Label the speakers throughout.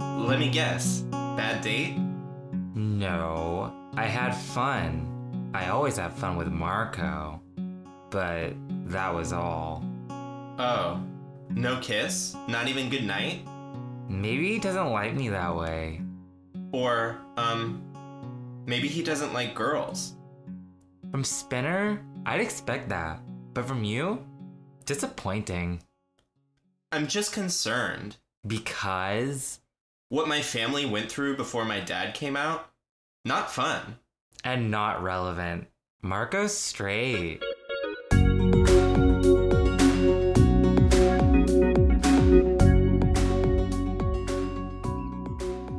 Speaker 1: Let me guess. Bad date?
Speaker 2: No, I had fun. I always have fun with Marco, but that was all.
Speaker 1: Oh. No kiss? Not even good night?
Speaker 2: Maybe he doesn't like me that way.
Speaker 1: Or, um, maybe he doesn't like girls.
Speaker 2: From Spinner, I'd expect that. But from you? Disappointing.
Speaker 1: I'm just concerned.
Speaker 2: Because?
Speaker 1: What my family went through before my dad came out? Not fun.
Speaker 2: And not relevant. Marco's straight.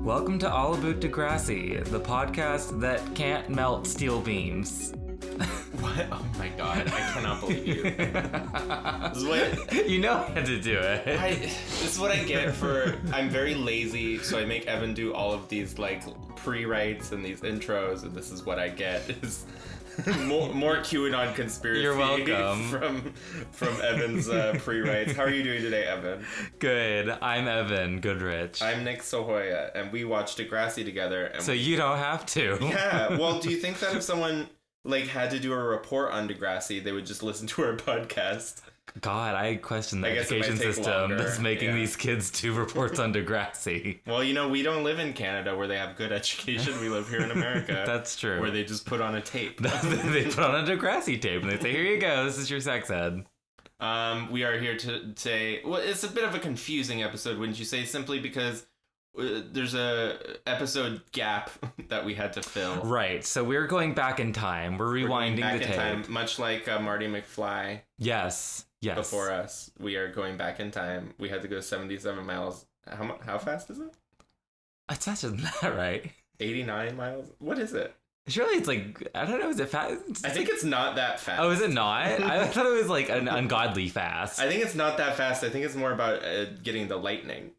Speaker 2: Welcome to All About Degrassi, the podcast that can't melt steel beams.
Speaker 1: What? Oh my god, I cannot believe you. This is what
Speaker 2: you know how to do it.
Speaker 1: I, this is what I get for I'm very lazy, so I make Evan do all of these like pre-writes and these intros, and this is what I get is more, more QAnon conspiracy.
Speaker 2: You're welcome.
Speaker 1: from from Evan's uh, pre-writes. How are you doing today, Evan?
Speaker 2: Good. I'm Evan Goodrich.
Speaker 1: I'm Nick Sohoya, and we watched Degrassi together. And
Speaker 2: so you don't have to.
Speaker 1: yeah, well, do you think that if someone like had to do a report on Degrassi, they would just listen to our podcast?
Speaker 2: God, I question the
Speaker 1: I guess it might
Speaker 2: education
Speaker 1: take
Speaker 2: system
Speaker 1: longer,
Speaker 2: that's making
Speaker 1: yeah.
Speaker 2: these kids do reports on Degrassi.
Speaker 1: Well, you know, we don't live in Canada where they have good education. We live here in America.
Speaker 2: That's true.
Speaker 1: Where they just put on a tape.
Speaker 2: they put on a Degrassi tape and they say, "Here you go. This is your sex ed."
Speaker 1: um, we are here to today. Well, it's a bit of a confusing episode, wouldn't you say? Simply because uh, there's a episode gap that we had to fill.
Speaker 2: Right. So we're going back in time. We're
Speaker 1: We're going
Speaker 2: rewinding
Speaker 1: back
Speaker 2: the
Speaker 1: in
Speaker 2: tape.
Speaker 1: time, much like uh, Marty McFly
Speaker 2: Yes. Yes.
Speaker 1: before uh, us. We are going back in time. We had to go 77 miles. How mu- how fast is it?
Speaker 2: It's not just that, right?
Speaker 1: 89 miles. What is it?
Speaker 2: Surely it's like I don't know. Is it fast?
Speaker 1: I think it's not that fast.
Speaker 2: Oh, is it not? I thought it was like an ungodly fast.
Speaker 1: I think it's not that fast. I think it's more about uh, getting the lightning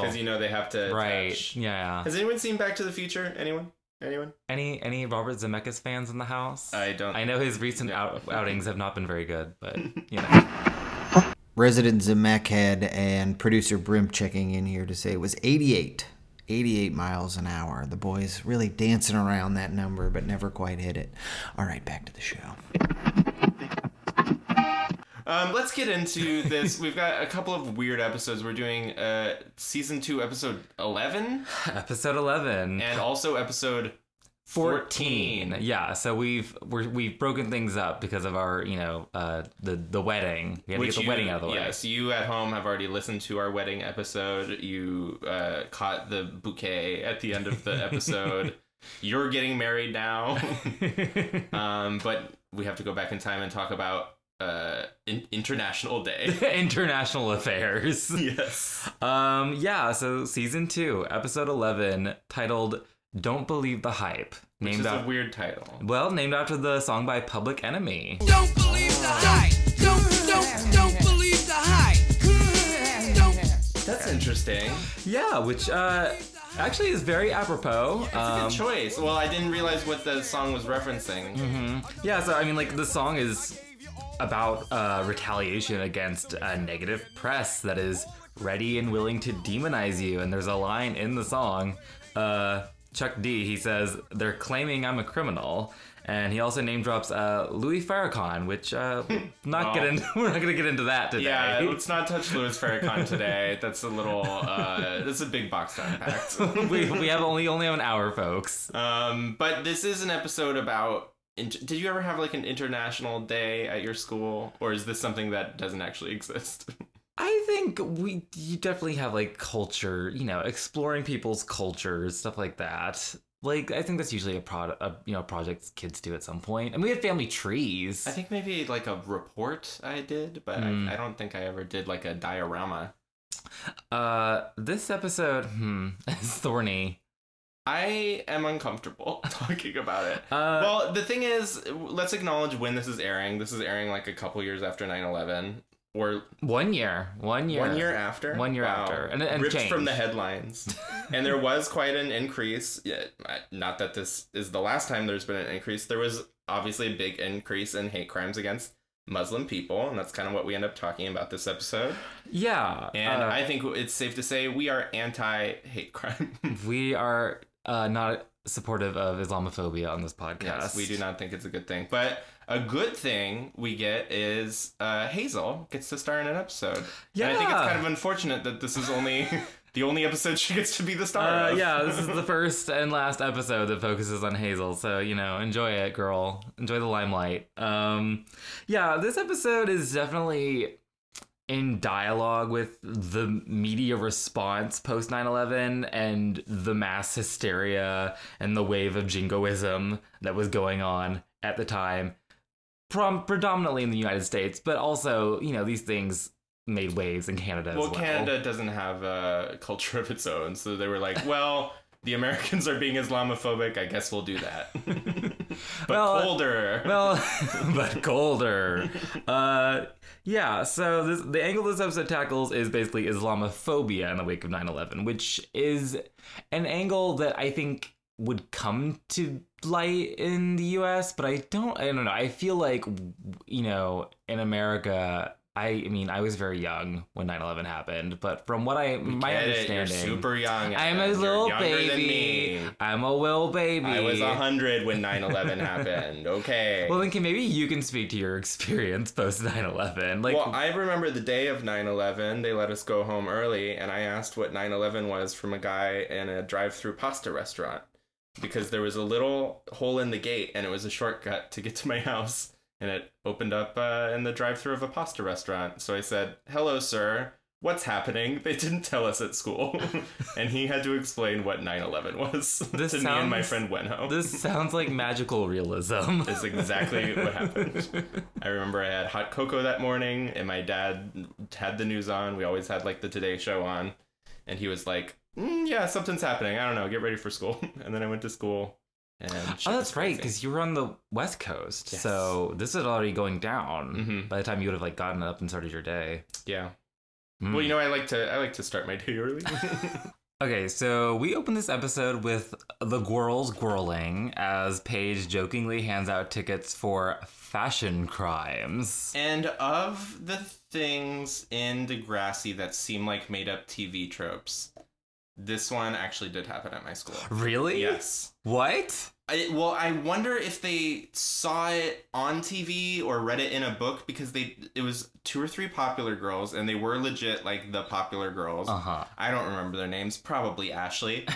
Speaker 1: because you know they have to
Speaker 2: right.
Speaker 1: attach-
Speaker 2: Yeah.
Speaker 1: Has anyone seen Back to the Future? Anyone? Anyone?
Speaker 2: Any any Robert Zemeckis fans in the house?
Speaker 1: I don't.
Speaker 2: I know his recent
Speaker 1: Yeah.
Speaker 2: out- outings have not been very good, but you know.
Speaker 3: resident Zemeckhead and producer Brimp checking in here to say it was 88. 88 miles an hour. The boys really dancing around that number, but never quite hit it. All right, back to the show.
Speaker 1: Um, let's get into this. We've got a couple of weird episodes. We're doing uh, season two, episode eleven,
Speaker 2: Episode 11.
Speaker 1: and also episode
Speaker 2: 14.
Speaker 1: 14.
Speaker 2: Yeah, so we've we're, we've broken things up because of our, you know, uh the the wedding. We had to
Speaker 1: which
Speaker 2: get the
Speaker 1: you-
Speaker 2: wedding out of the way.
Speaker 1: Yes, you at home have already listened to our wedding episode. You uh, caught the bouquet at the end of the episode. You're getting married now. um, but we have to go back in time and talk about uh, in- International Day.
Speaker 2: International affairs.
Speaker 1: yes.
Speaker 2: Um yeah, so season 2, episode 11 titled Don't Believe the Hype.
Speaker 1: Which is
Speaker 2: Named
Speaker 1: a
Speaker 2: after
Speaker 1: weird title.
Speaker 2: Well, named after the song by Public Enemy.
Speaker 4: Don't believe the hype. Don't, don't, don't believe the hype. Don't.
Speaker 1: That's interesting.
Speaker 2: Yeah, which uh actually is very apropos. Um,
Speaker 1: Good choice. Well, I didn't realize what the song was referencing.
Speaker 2: Yeah, so I mean, like, the song is about uh, retaliation against a negative press that is ready and willing to demonize you. And there's a line in the song, uh, Chuck D, he says, They're claiming I'm a criminal. And he also name drops uh, Louis Farrakhan, which uh, not get
Speaker 1: Oh.
Speaker 2: into, we're not gonna get into that today.
Speaker 1: Yeah, let's not touch Louis Farrakhan today. That's a little, uh, that's a big box to unpack.
Speaker 2: we, we have only only have an hour, folks.
Speaker 1: Um, but this is an episode about. Inter- Did you ever have like an international day at your school, or is this something that doesn't actually exist?
Speaker 2: I think we you definitely have like culture, you know, exploring people's cultures, stuff like that. Like I think that's usually a product, a, you know, project kids do at some point. And we had family trees.
Speaker 1: I think maybe like a report I did, but I, I don't think I ever did like a diorama.
Speaker 2: uh, this episode, hmm, is thorny.
Speaker 1: I am uncomfortable talking about it.
Speaker 2: Uh,
Speaker 1: well, the thing is, let's acknowledge when this is airing. This is airing like a couple years after 9 11, or
Speaker 2: One year, one year,
Speaker 1: One year after.
Speaker 2: One year
Speaker 1: Wow.
Speaker 2: after. And- and
Speaker 1: ripped
Speaker 2: change.
Speaker 1: from the headlines, and there was quite an increase. Yeah, I- not that this is the last time there's been an increase. There was obviously a big increase in hate crimes against Muslim people, and that's kind of what we end up talking about this episode.
Speaker 2: Yeah.
Speaker 1: And
Speaker 2: uh,
Speaker 1: I think it's safe to say we are anti hate crime.
Speaker 2: we are uh, not supportive of Islamophobia on this podcast.
Speaker 1: Yes, we do not think it's a good thing. But a good thing we get is uh, Hazel gets to star in an episode. Yeah. And I think it's
Speaker 2: Yeah.
Speaker 1: kind of unfortunate that this is only the only episode she gets to be the star
Speaker 2: Uh,
Speaker 1: of.
Speaker 2: yeah, this is the first and last episode that focuses on Hazel, so you know, enjoy it, girl. Enjoy the limelight. Um, yeah, this episode is definitely in dialogue with the media response post 9/11 and the mass hysteria and the wave of jingoism that was going on at the time, prom- predominantly in the United States, but also you know these things made waves in Canada. as
Speaker 1: Well,
Speaker 2: well.
Speaker 1: Canada doesn't have a culture of its own, so they were like, well, the Americans are being Islamophobic. I guess we'll do that. but
Speaker 2: Well, uh,
Speaker 1: colder.
Speaker 2: Well, but colder. Uh, yeah, so this, the angle this episode tackles is basically Islamophobia in the wake of 9 11, which is an angle that I think would come to light in the US, but I don't, I don't know. I feel like, you know, in America, I, I mean, I was very young when 9 11 happened, but from what I, my
Speaker 1: Get it,
Speaker 2: understanding.
Speaker 1: You're super young.
Speaker 2: I'm a
Speaker 1: Adam. You're
Speaker 2: little
Speaker 1: younger
Speaker 2: baby.
Speaker 1: Than me.
Speaker 2: I'm a little baby.
Speaker 1: I was 100 when 9 11 happened. Okay.
Speaker 2: Well, then, can maybe you can speak to your experience post 9/11. Like,
Speaker 1: well, I remember the day of 9 11. They let us go home early, and I asked what 9 11 was from a guy in a drive through pasta restaurant because there was a little hole in the gate and it was a shortcut to get to my house. And it opened up uh, in the drive through of a pasta restaurant. So I said, Hello, sir. What's happening? They didn't tell us at school. and he had to explain what 9 11 was
Speaker 2: This
Speaker 1: to me and my
Speaker 2: sounds-
Speaker 1: friend Wenho.
Speaker 2: this sounds like magical realism. Oh,
Speaker 1: is exactly what happened. I remember I had hot cocoa that morning, and my dad had the news on. We always had like the Today Show on, and he was like, mm, "Yeah, something's happening. I don't know. Get ready for school." And then I went to school, and
Speaker 2: Oh, that's right, because you were on the West Coast,
Speaker 1: Yes.
Speaker 2: so this is already going down.
Speaker 1: Mhm.
Speaker 2: By the time you would have like gotten up and started your day.
Speaker 1: yeah.
Speaker 2: Mm.
Speaker 1: Well, you know, I like to I like to start my day early.
Speaker 2: Okay, so we open this episode with the girls whirling as Paige jokingly hands out tickets for fashion crimes.
Speaker 1: and of the things in Degrassi that seem like made up TV tropes, this one actually did happen at my school.
Speaker 2: Really?
Speaker 1: Yes.
Speaker 2: What?
Speaker 1: I, well, I wonder if they saw it on TV or read it in a book because they it was two or three popular girls and they were legit like the popular girls.
Speaker 2: Uh huh.
Speaker 1: I don't remember their names, probably Ashley.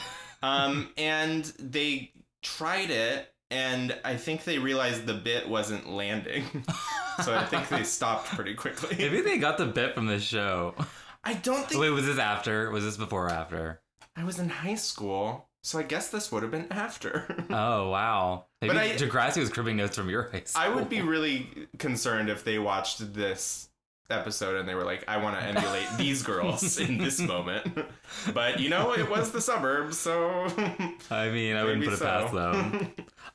Speaker 1: Um, and they tried it, and I think they realized the bit wasn't landing, so I think they stopped pretty quickly.
Speaker 2: Maybe they got the bit from this show.
Speaker 1: I don't think
Speaker 2: Wait, was this after? Was this before or after?
Speaker 1: I was in high school, so I guess this would have been after.
Speaker 2: Oh wow! Maybe
Speaker 1: But I-
Speaker 2: Degrassi was cribbing notes from your high school.
Speaker 1: I would be really concerned if they watched this episode and they were like, I want to emulate these girls in this moment. But you know, it was the suburbs, so
Speaker 2: I mean, I wouldn't
Speaker 1: Maybe
Speaker 2: put it past
Speaker 1: so.
Speaker 2: them.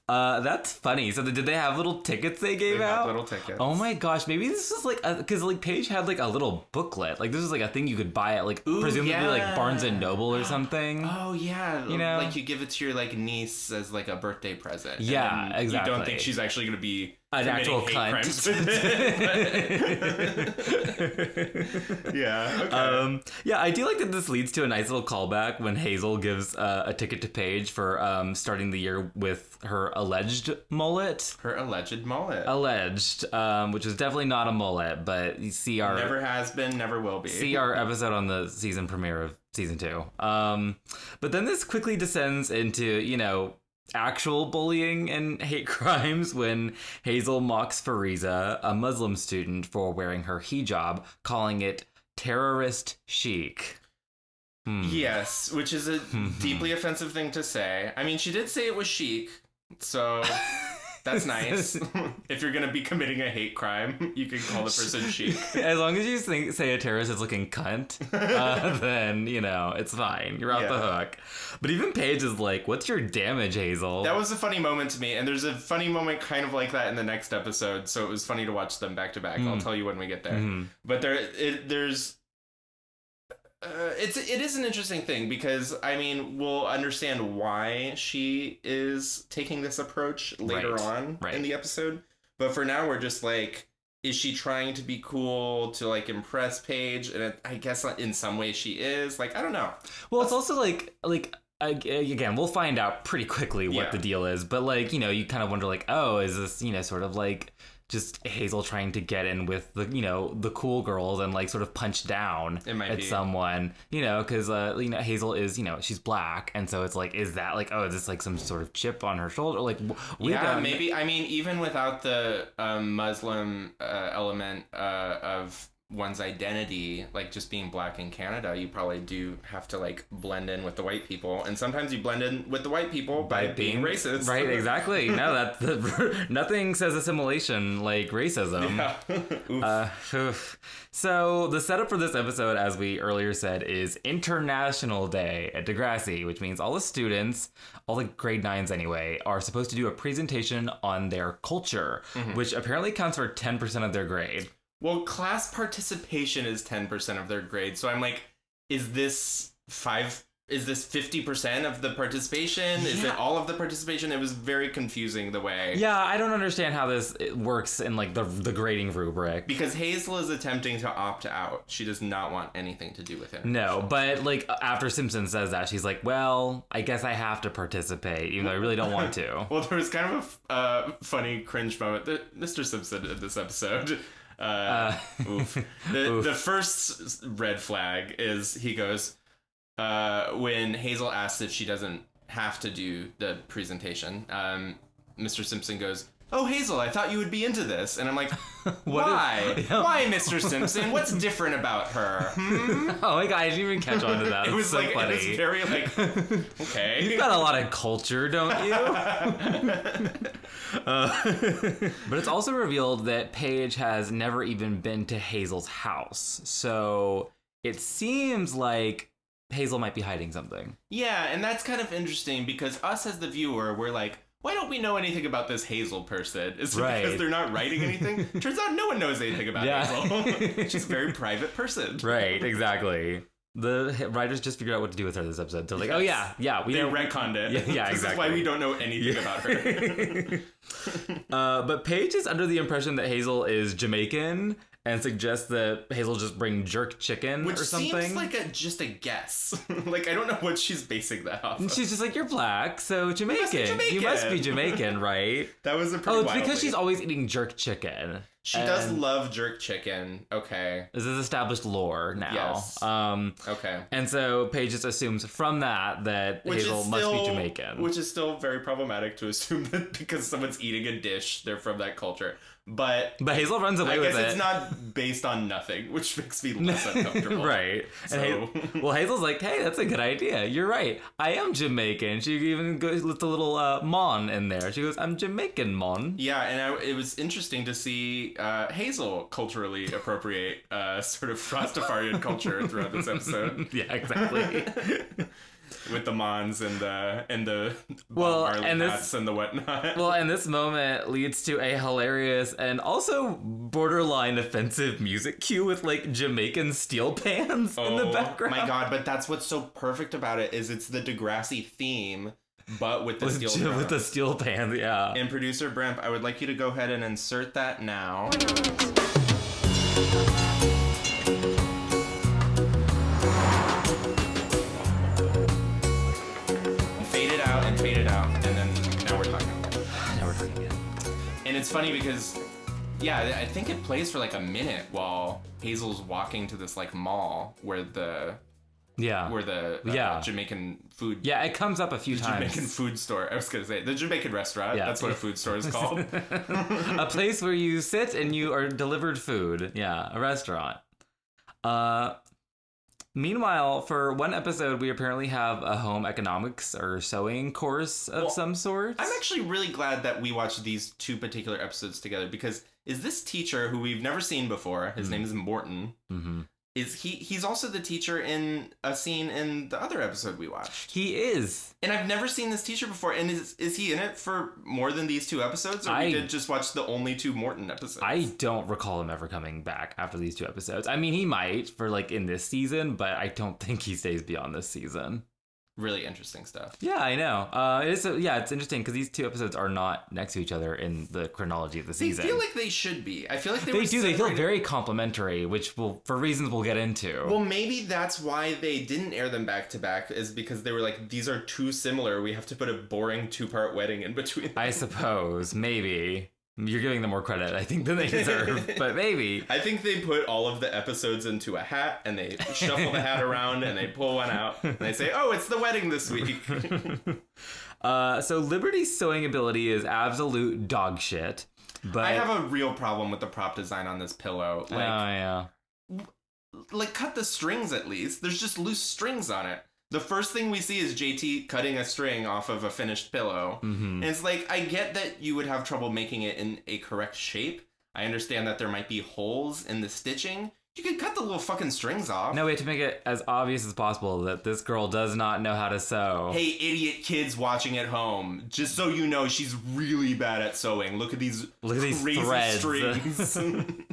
Speaker 2: uh, that's funny. So, did they have little tickets they
Speaker 1: they
Speaker 2: gave
Speaker 1: had
Speaker 2: out?
Speaker 1: little tickets.
Speaker 2: Oh my gosh! Maybe this is like because like Paige had like a little booklet. Like this is like a thing you could buy at like
Speaker 1: Ooh,
Speaker 2: presumably like
Speaker 1: yeah.
Speaker 2: Barnes and Noble or something.
Speaker 1: Oh yeah,
Speaker 2: You know?
Speaker 1: like you give it to your like niece as like a birthday present. and
Speaker 2: Yeah,
Speaker 1: then You don't
Speaker 2: exactly.
Speaker 1: think she's actually gonna be
Speaker 2: An
Speaker 1: committing
Speaker 2: actual
Speaker 1: hate crimes with
Speaker 2: cunt.
Speaker 1: it. yeah. Okay.
Speaker 2: Um, yeah, I do like that this leads to a nice little callback when Hazel gives uh, a ticket to Paige for um, starting the year with her alleged mullet.
Speaker 1: Her alleged mullet
Speaker 2: Alleged, um, which was definitely not a mullet, but you see our
Speaker 1: never has been, never will be.
Speaker 2: see our episode on the season premiere of season two. Um, but then this quickly descends into you know actual bullying and hate crimes when Hazel mocks Fariza, a Muslim student, for wearing her hijab, calling it terrorist chic. Hmm.
Speaker 1: Yes, which is a deeply offensive thing to say. I mean, she did say it was chic, so that's nice. if you're gonna be committing a hate crime, you can call the person chic.
Speaker 2: As long as you think, say a terrorist is looking cunt, uh, then you know it's fine. You're off the
Speaker 1: Yeah.
Speaker 2: hook. But even Paige is like, "What's your damage, Hazel?"
Speaker 1: That was a funny moment to me, and there's a funny moment kind of like that in the next episode. So it was funny to watch them back to back. I'll
Speaker 2: Mm.
Speaker 1: tell you when we get there.
Speaker 2: Mhm.
Speaker 1: But there, it, there's. Uh, it's it is an interesting thing because I mean we'll understand why she is taking this approach later
Speaker 2: Right,
Speaker 1: on
Speaker 2: right.
Speaker 1: in the episode, but for now we're just like is she trying to be cool to like impress Paige? And it, I guess in some way she is. Like I don't know.
Speaker 2: Well, it's also like like ag- again, we'll find out pretty quickly what
Speaker 1: Yeah.
Speaker 2: the deal is, but like you know, you kind of wonder like, oh, is this you know sort of like just Hazel trying to get in with the you know the cool girls and like sort of punch down
Speaker 1: It might
Speaker 2: at
Speaker 1: be.
Speaker 2: someone, you know, because uh, you know Hazel is you know she's black, and so it's like, is that like oh, is this like some sort of chip on her shoulder? Like w- we
Speaker 1: yeah,
Speaker 2: don't-
Speaker 1: maybe. I mean, even without the um, Muslim uh, element uh, of one's identity, like just being black in Canada, you probably do have to like blend in with the white people, and sometimes you blend in with the white people by, being, racist.
Speaker 2: right? Exactly. No, that's the, nothing says assimilation like racism.
Speaker 1: Oof.
Speaker 2: Uh, so the setup for this episode, as we earlier said, is International Day at Degrassi, which means all the students, all the grade nines anyway, are supposed to do a presentation on their culture,
Speaker 1: Mm-hmm.
Speaker 2: which apparently counts for ten percent of their grade.
Speaker 1: Well, class participation is 10% of their grade. So I'm like, is this 5 is this 50% of the participation? Is it
Speaker 2: Yeah.
Speaker 1: all of the participation? It was very confusing the way.
Speaker 2: Yeah, I don't understand how this it works in like the the grading rubric.
Speaker 1: Because Hazel is attempting to opt out. She does not want anything to do with it.
Speaker 2: No, but like after Simpson says that, she's like, "Well, I guess I have to participate, even though I really don't want to."
Speaker 1: Well, there was kind of a f- uh, funny cringe moment that Mr. Simpson did this episode. Uh, oof. The, the first s- red flag is he goes uh, when Hazel asks if she doesn't have to do the presentation. Um, Mr. Simpson goes, "Oh, Hazel, I thought you would be into this," and I'm like, "Why?
Speaker 2: Yeah.
Speaker 1: Why, Mr. Simpson? What's different about her?" Hmm?
Speaker 2: Oh my god, I didn't even catch on to that.
Speaker 1: It
Speaker 2: It's
Speaker 1: was
Speaker 2: so
Speaker 1: like
Speaker 2: funny.
Speaker 1: it was very like okay.
Speaker 2: You've got a lot of culture, don't you? Uh, but it's also revealed that Paige has never even been to Hazel's house. So it seems like Hazel might be hiding something.
Speaker 1: Yeah, and that's kind of interesting because us as the viewer, we're like, why don't we know anything about this Hazel person? Is it
Speaker 2: Right.
Speaker 1: because they're not writing anything? Turns out no one knows anything about
Speaker 2: Yeah.
Speaker 1: Hazel. She's a very private person.
Speaker 2: Right, exactly. The h- writers just figured out what to do with her this episode. They're like, oh, yeah, yeah, we
Speaker 1: They
Speaker 2: don't-
Speaker 1: retconned it.
Speaker 2: Yeah, yeah,
Speaker 1: this is why
Speaker 2: exactly.
Speaker 1: we don't know anything about her.
Speaker 2: Uh, but Paige is under the impression that Hazel is Jamaican and suggests that Hazel just bring jerk chicken
Speaker 1: Which
Speaker 2: or something.
Speaker 1: seems like a, just a guess. like, I don't know what she's basing that off
Speaker 2: And
Speaker 1: of.
Speaker 2: she's just like, you're black, so Jamaican. You
Speaker 1: Jamaican."
Speaker 2: must be Jamaican, right?
Speaker 1: That was a pretty
Speaker 2: oh, it's
Speaker 1: wild
Speaker 2: because
Speaker 1: leap.
Speaker 2: she's always eating jerk chicken.
Speaker 1: She does
Speaker 2: And
Speaker 1: love jerk chicken. Okay.
Speaker 2: This is established lore now.
Speaker 1: Yes.
Speaker 2: Um,
Speaker 1: Okay.
Speaker 2: and so Paige just assumes from that that Hazel must be Jamaican.
Speaker 1: Which is still very problematic to assume that because someone's eating a dish, they're from that culture. But
Speaker 2: but Hazel runs away
Speaker 1: I
Speaker 2: with
Speaker 1: guess
Speaker 2: it.
Speaker 1: it's not based on nothing, which makes me less uncomfortable.
Speaker 2: right. And
Speaker 1: So-
Speaker 2: Ha- well, Hazel's like, hey, that's a good idea. You're right. I am Jamaican. She even goes with a little uh, mon in there. She goes, I'm Jamaican mon.
Speaker 1: Yeah, and I, it was interesting to see uh, Hazel culturally appropriate uh, sort of Rastafarian culture throughout this episode
Speaker 2: Yeah, exactly.
Speaker 1: with the Mons and the and the Bob
Speaker 2: Well,
Speaker 1: Marley
Speaker 2: and this-
Speaker 1: hats and the whatnot.
Speaker 2: Well, and this moment leads to a hilarious and also borderline offensive music cue with like Jamaican steel pans in the background.
Speaker 1: Oh My god, but that's what's so perfect about it is it's the Degrassi theme, but with the
Speaker 2: with,
Speaker 1: steel
Speaker 2: Ja- with
Speaker 1: drum.
Speaker 2: the steel pans, yeah.
Speaker 1: And producer Brimp, I would like you to go ahead and insert that now. Fade it out and fade it out, and then now we're talking.
Speaker 2: Now we're talking again.
Speaker 1: And it's funny because, yeah, I- I think it plays for like a minute while Hazel's walking to this like mall where the
Speaker 2: Yeah.
Speaker 1: where the uh,
Speaker 2: Yeah.
Speaker 1: Jamaican food
Speaker 2: yeah, it comes up a few
Speaker 1: Jamaican
Speaker 2: times.
Speaker 1: food store. I was gonna say the Jamaican restaurant.
Speaker 2: Yeah.
Speaker 1: That's what a food store is called.
Speaker 2: a place where you sit and you are delivered food. Yeah, a restaurant. Uh meanwhile, for one episode we apparently have a home economics or sewing course of
Speaker 1: Well,
Speaker 2: some sort.
Speaker 1: I'm actually really glad that we watched these two particular episodes together because is this teacher who we've never seen before?
Speaker 2: Hmm.
Speaker 1: His name is Morton.
Speaker 2: mm-hmm.
Speaker 1: Is he? He's also the teacher in a scene in the other episode we watched.
Speaker 2: He is
Speaker 1: And I've never seen this teacher before. And is is he in it for more than these two episodes? Or
Speaker 2: I-
Speaker 1: we did just watch the only two Morton episodes?
Speaker 2: I don't recall him ever coming back after these two episodes. I mean, he might for like in this season, but I don't think he stays beyond this season.
Speaker 1: really interesting stuff.
Speaker 2: Yeah, I know. Uh, it is. yeah, it's interesting because these two episodes are not next to each other in the chronology of the
Speaker 1: They
Speaker 2: season.
Speaker 1: feel like they should be. I feel like they,
Speaker 2: they
Speaker 1: were
Speaker 2: do. They feel
Speaker 1: separated-
Speaker 2: very complimentary, which will, for reasons we'll get into.
Speaker 1: Well, maybe that's why they didn't air them back to back, is because they were like, these are too similar. We have to put a boring two part wedding in between. I,
Speaker 2: I suppose maybe you're giving them more credit, I think, than they deserve. but maybe
Speaker 1: think they put all of the episodes into a hat and they shuffle the hat around and they pull one out and they say, oh, it's the wedding this week.
Speaker 2: Uh, so Liberty's sewing ability is absolute dog shit. But
Speaker 1: I have a real problem with the prop design on this pillow.
Speaker 2: oh
Speaker 1: Like,
Speaker 2: yeah,
Speaker 1: like cut the strings at least. There's just loose strings on it. The first thing we see is JT cutting a string off of a finished pillow.
Speaker 2: Mhm.
Speaker 1: And it's like I get that you would have trouble making it in a correct shape. I understand that there might be holes in the stitching. You could cut the little fucking strings off.
Speaker 2: no, we have to make it as obvious as possible that this girl does not know how to sew.
Speaker 1: Hey, idiot kids watching at home. Just so you know, she's really bad at sewing. Look at these
Speaker 2: Look at these
Speaker 1: crazy
Speaker 2: threads.
Speaker 1: strings.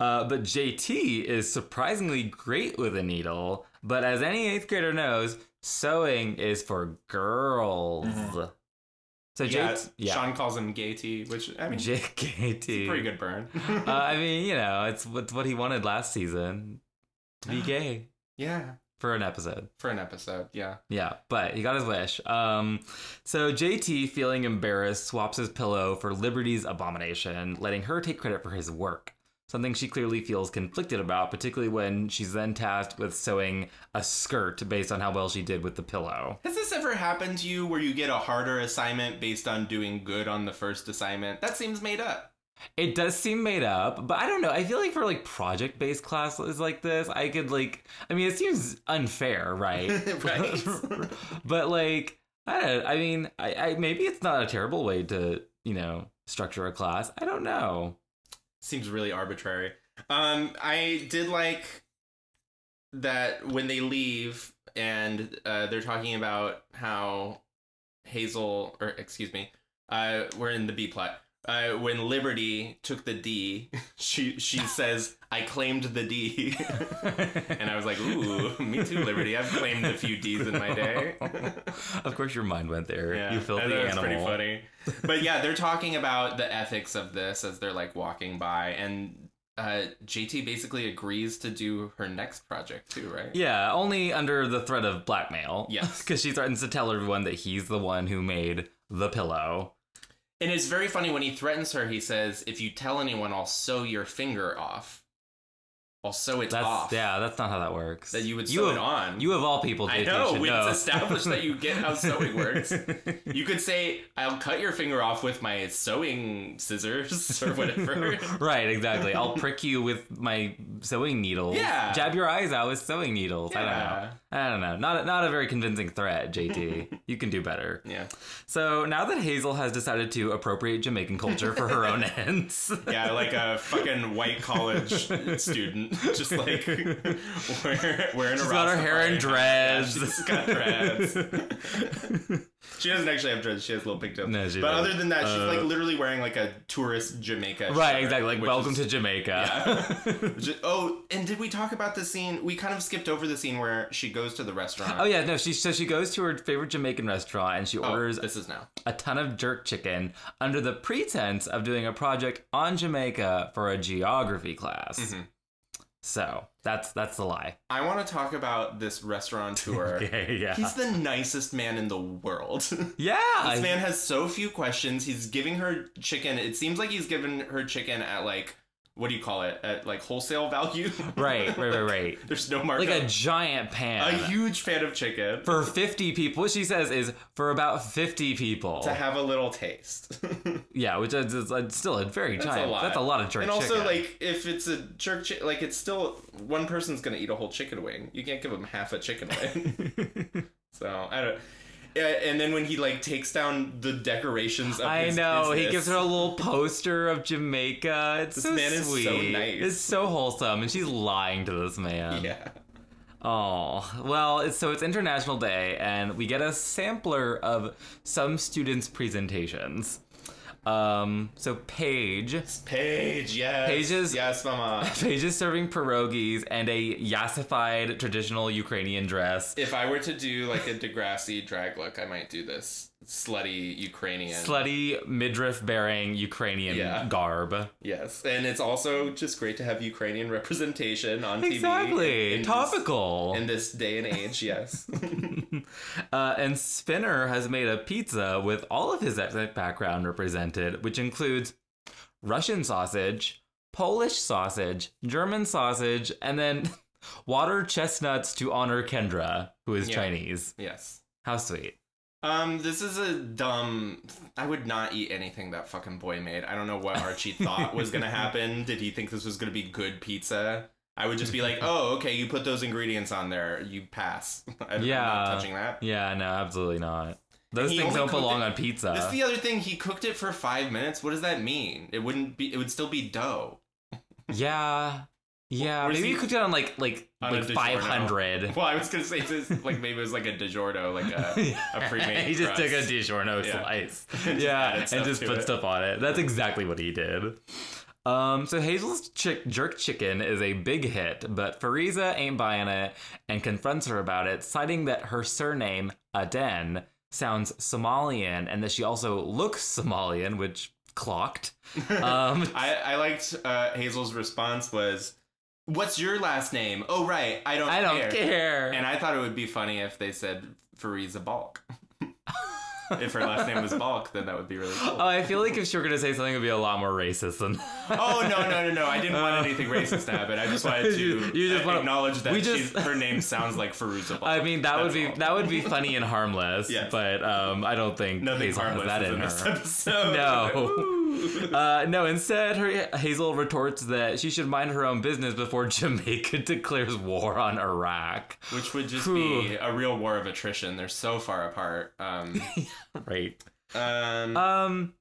Speaker 2: Uh, but JT is surprisingly great with a needle. But as any eighth grader knows, sewing is for girls.
Speaker 1: Mm-hmm.
Speaker 2: So
Speaker 1: yeah,
Speaker 2: JT, yeah,
Speaker 1: Sean calls him Gaty, which I mean,
Speaker 2: JKT,
Speaker 1: pretty good burn.
Speaker 2: uh, I mean, you know, it's what what he wanted last season to be gay
Speaker 1: yeah,
Speaker 2: for an episode.
Speaker 1: for an episode. Yeah.
Speaker 2: Yeah, but he got his wish. Um, so JT, feeling embarrassed, swaps his pillow for Liberty's abomination, letting her take credit for his work. Something she clearly feels conflicted about, particularly when she's then tasked with sewing a skirt based on how well she did with the pillow.
Speaker 1: Has this ever happened to you where you get a harder assignment based on doing good on the first assignment? That seems made up.
Speaker 2: It does seem made up, but I don't know. I feel like for like project based classes like this, I could like. I mean, it seems unfair, right?
Speaker 1: Right.
Speaker 2: but like, I don't. I mean, I, I maybe it's not a terrible way to you know structure a class. I don't know.
Speaker 1: Seems really arbitrary. Um, I did like that when they leave and uh, they're talking about how Hazel, or excuse me, uh, we're in the B plot. Uh, when Liberty took the D, she she says, "I claimed the D," and I was like, "Ooh, me too, Liberty. I've claimed a few D's in my day."
Speaker 2: of course, your mind went there. You filthy
Speaker 1: I thought it was
Speaker 2: animal.
Speaker 1: pretty funny. But yeah, they're talking about the ethics of this as they're like walking by, and uh, JT basically agrees to do her next project too, right?
Speaker 2: Yeah, only under the threat of blackmail.
Speaker 1: Yes.
Speaker 2: because she threatens to tell everyone that he's the one who made the pillow.
Speaker 1: And it's very funny when he threatens her. He says, "If you tell anyone, I'll sew your finger off. I'll sew it
Speaker 2: That's
Speaker 1: off."
Speaker 2: yeah. That's not how that works.
Speaker 1: That you would
Speaker 2: you
Speaker 1: sew
Speaker 2: have,
Speaker 1: it on.
Speaker 2: You of all people,
Speaker 1: I
Speaker 2: JT,
Speaker 1: know.
Speaker 2: should
Speaker 1: It's
Speaker 2: know.
Speaker 1: established that you get how sewing works. You could say, "I'll cut your finger off with my sewing scissors or whatever."
Speaker 2: right, exactly. I'll prick you with my sewing needles.
Speaker 1: Yeah.
Speaker 2: Jab your eyes out with sewing needles.
Speaker 1: Yeah.
Speaker 2: I don't know. I don't know. Not a, not a very convincing threat, JT. you can do better.
Speaker 1: yeah.
Speaker 2: So now that Hazel has decided to appropriate Jamaican culture for her own ends,
Speaker 1: Yeah, like a fucking white college student, just like wear- wearing
Speaker 2: she's
Speaker 1: a
Speaker 2: got her hair in
Speaker 1: Rastafari.
Speaker 2: dreads.
Speaker 1: She's got dreads. she doesn't actually have dreads. She has little pigtails.
Speaker 2: No, she
Speaker 1: but
Speaker 2: doesn't.
Speaker 1: other than that, she's
Speaker 2: Uh,
Speaker 1: like literally wearing like a tourist Jamaica.
Speaker 2: right,
Speaker 1: shirt,
Speaker 2: exactly. Like
Speaker 1: which
Speaker 2: welcome
Speaker 1: is-
Speaker 2: to Jamaica.
Speaker 1: Yeah. Ju- oh, and did we talk about the scene? We kind of skipped over the scene where she goes to the restaurant.
Speaker 2: Oh yeah, no. She so she goes to her favorite Jamaican restaurant and she
Speaker 1: Oh,
Speaker 2: orders
Speaker 1: this is now.
Speaker 2: a ton of jerk chicken under the pretense of doing a project on Jamaica for a geography class.
Speaker 1: Mhm.
Speaker 2: So that's that's the lie.
Speaker 1: I want to talk about this restaurateur.
Speaker 2: Okay, yeah,
Speaker 1: He's the nicest man in the world.
Speaker 2: yeah.
Speaker 1: This man has so few questions. He's giving her chicken. It seems like he's giving her chicken at like what do you call it? At like wholesale value.
Speaker 2: right, right, right, right.
Speaker 1: There's no markup.
Speaker 2: Like a giant pan
Speaker 1: A huge fan of chicken
Speaker 2: for fifty people. What she says is for about fifty people.
Speaker 1: to have a little taste.
Speaker 2: yeah, which is, is, uh, still a very
Speaker 1: That's
Speaker 2: giant.
Speaker 1: a lot.
Speaker 2: That's a lot of jerk
Speaker 1: and also,
Speaker 2: chicken.
Speaker 1: like if it's a jerk, chi- like it's still one person's gonna eat a whole chicken wing. You can't give him half a chicken wing. so I don't. Yeah, And then when he like takes down the decorations of
Speaker 2: I
Speaker 1: his
Speaker 2: know he
Speaker 1: business-
Speaker 2: gives her a little poster of Jamaica. It's
Speaker 1: This
Speaker 2: so
Speaker 1: man is so
Speaker 2: sweet.
Speaker 1: nice.
Speaker 2: It's so wholesome, and she's lying to this man.
Speaker 1: Yeah.
Speaker 2: Oh, well, it's, so it's International Day, and we get a sampler of some students' presentations. Um, so Paige,
Speaker 1: Paige, yes.
Speaker 2: Paige's-
Speaker 1: Yes, mama.
Speaker 2: Paige is serving pierogies and a yassified traditional Ukrainian dress.
Speaker 1: If I were to do like a Degrassi drag look, I might do this slutty Ukrainian.
Speaker 2: Slutty midriff bearing Ukrainian
Speaker 1: Yeah.
Speaker 2: garb.
Speaker 1: Yes, and it's also just great to have Ukrainian representation on TV.
Speaker 2: Exactly.
Speaker 1: in- in
Speaker 2: Topical.
Speaker 1: this, in this day and age. Yes,
Speaker 2: Uh, and Spinner has made a pizza with all of his ethnic background represented, which includes Russian sausage, Polish sausage, German sausage, and then water chestnuts to honor Kendra, who is
Speaker 1: Yeah.
Speaker 2: Chinese.
Speaker 1: yes.
Speaker 2: How sweet.
Speaker 1: Um, this is a dumb. I would not eat anything that fucking boy made. I don't know what Archie thought was gonna happen. Did he think this was gonna be good pizza? I would just be like, oh, okay, you put those ingredients on there. You pass. I'm
Speaker 2: Yeah.
Speaker 1: not touching that.
Speaker 2: Yeah, no, absolutely not. Those
Speaker 1: He
Speaker 2: things
Speaker 1: only
Speaker 2: don't
Speaker 1: cooked
Speaker 2: belong
Speaker 1: it-
Speaker 2: on pizza.
Speaker 1: That's the other thing. He cooked it for five minutes. What does that mean? It wouldn't be. It would still be dough.
Speaker 2: yeah. Yeah,
Speaker 1: Or is
Speaker 2: maybe
Speaker 1: he-
Speaker 2: you cooked it on like like
Speaker 1: On a
Speaker 2: like
Speaker 1: DiGiorno.
Speaker 2: five hundred.
Speaker 1: Well, I was gonna say this, like maybe it was like a DiGiorno, like a, a pre-made.
Speaker 2: he just
Speaker 1: crust.
Speaker 2: took a DiGiorno
Speaker 1: Yeah.
Speaker 2: slice.
Speaker 1: And just added
Speaker 2: yeah, and
Speaker 1: stuff
Speaker 2: just
Speaker 1: to
Speaker 2: put
Speaker 1: it.
Speaker 2: stuff on it. That's exactly what he did. Um, so Hazel's chick- jerk chicken is a big hit, but Fariza ain't buying it and confronts her about it, citing that her surname Aden sounds Somalian and that she also looks Somalian, which clocked. Um,
Speaker 1: I, I liked uh, Hazel's response was, "What's your last name? Oh right, I don't.
Speaker 2: I don't care.
Speaker 1: And I thought it would be funny if they said Fariza Balk. if her last name was Balk, then that would be really cool.
Speaker 2: Oh, I feel like if she were gonna say something, it would be a lot more racist than.
Speaker 1: oh no no no no! I didn't want anything racist to happen. I just wanted to
Speaker 2: You- you just
Speaker 1: uh,
Speaker 2: wanna-
Speaker 1: acknowledge that
Speaker 2: we
Speaker 1: she's,
Speaker 2: just-
Speaker 1: her name sounds like Faruza Balk.
Speaker 2: I mean, that would
Speaker 1: That's
Speaker 2: be
Speaker 1: all.
Speaker 2: that would be funny and harmless,
Speaker 1: Yes.
Speaker 2: but um, I don't think
Speaker 1: nothing
Speaker 2: Hazel has
Speaker 1: harmless
Speaker 2: that
Speaker 1: is
Speaker 2: in,
Speaker 1: in this
Speaker 2: her.
Speaker 1: episode.
Speaker 2: No. Uh, no, instead, her, Hazel retorts that she should mind her own business before Jamaica declares war on Iraq.
Speaker 1: Which would just be
Speaker 2: Whew.
Speaker 1: a real war of attrition. They're so far apart. Um,
Speaker 2: Right.
Speaker 1: um,
Speaker 2: Um,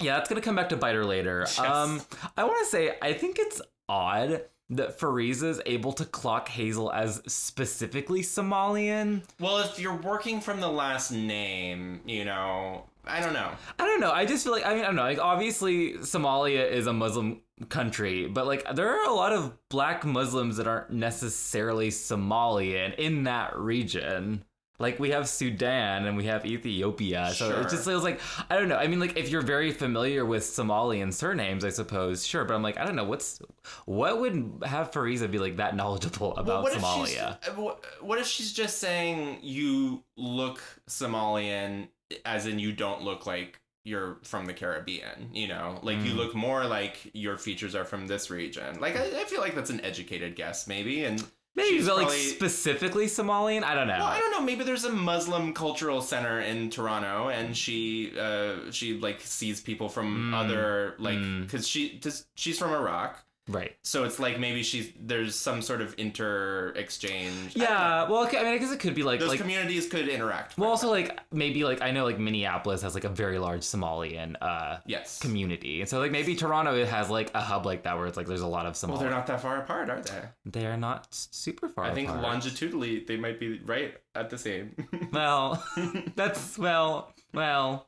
Speaker 2: yeah, that's gonna come back to bite her later. Um, I want to say I think it's odd that Fariza is able to clock Hazel as specifically Somalian.
Speaker 1: well, if you're working from the last name, you know, I don't know.
Speaker 2: I don't know. I just feel like I mean I don't know. Like obviously Somalia is a Muslim country, but like there are a lot of black Muslims that aren't necessarily Somalian in that region. Like we have Sudan and we have Ethiopia. So
Speaker 1: Sure.
Speaker 2: it just feels like I don't know. I mean like if you're very familiar with Somalian surnames, I suppose, sure, but I'm like I don't know what's what would have Fariza be like that knowledgeable about
Speaker 1: if she's-
Speaker 2: Somalia?
Speaker 1: uh, wh- What if she's just saying you look Somalian, as in you don't look like you're from the Caribbean? You know, like you
Speaker 2: Mm.
Speaker 1: look more like your features are from this region. Like I, I feel like that's an educated guess, maybe. And
Speaker 2: Maybe
Speaker 1: she's
Speaker 2: but like
Speaker 1: probably-
Speaker 2: specifically Somalian? I don't know.
Speaker 1: Well, I don't know. Maybe there's a Muslim cultural center in Toronto, and she uh, she like sees people from
Speaker 2: Mm.
Speaker 1: other like
Speaker 2: Mm.
Speaker 1: because she 'cause she's from Iraq,
Speaker 2: right.
Speaker 1: so it's like maybe she's there's some sort of inter exchange.
Speaker 2: Yeah, well, okay, I mean, I guess it could be like
Speaker 1: those
Speaker 2: like
Speaker 1: communities could interact.
Speaker 2: Well, also like maybe like I know like Minneapolis has like a very large Somalian uh
Speaker 1: yes.
Speaker 2: community, and so like maybe Toronto it has like a hub like that where it's like there's a lot of
Speaker 1: well,
Speaker 2: Somali.
Speaker 1: they're not that far apart, are they?
Speaker 2: They are not s- super far.
Speaker 1: I think
Speaker 2: apart.
Speaker 1: longitudinally they might be right at the same.
Speaker 2: Well, that's well, well.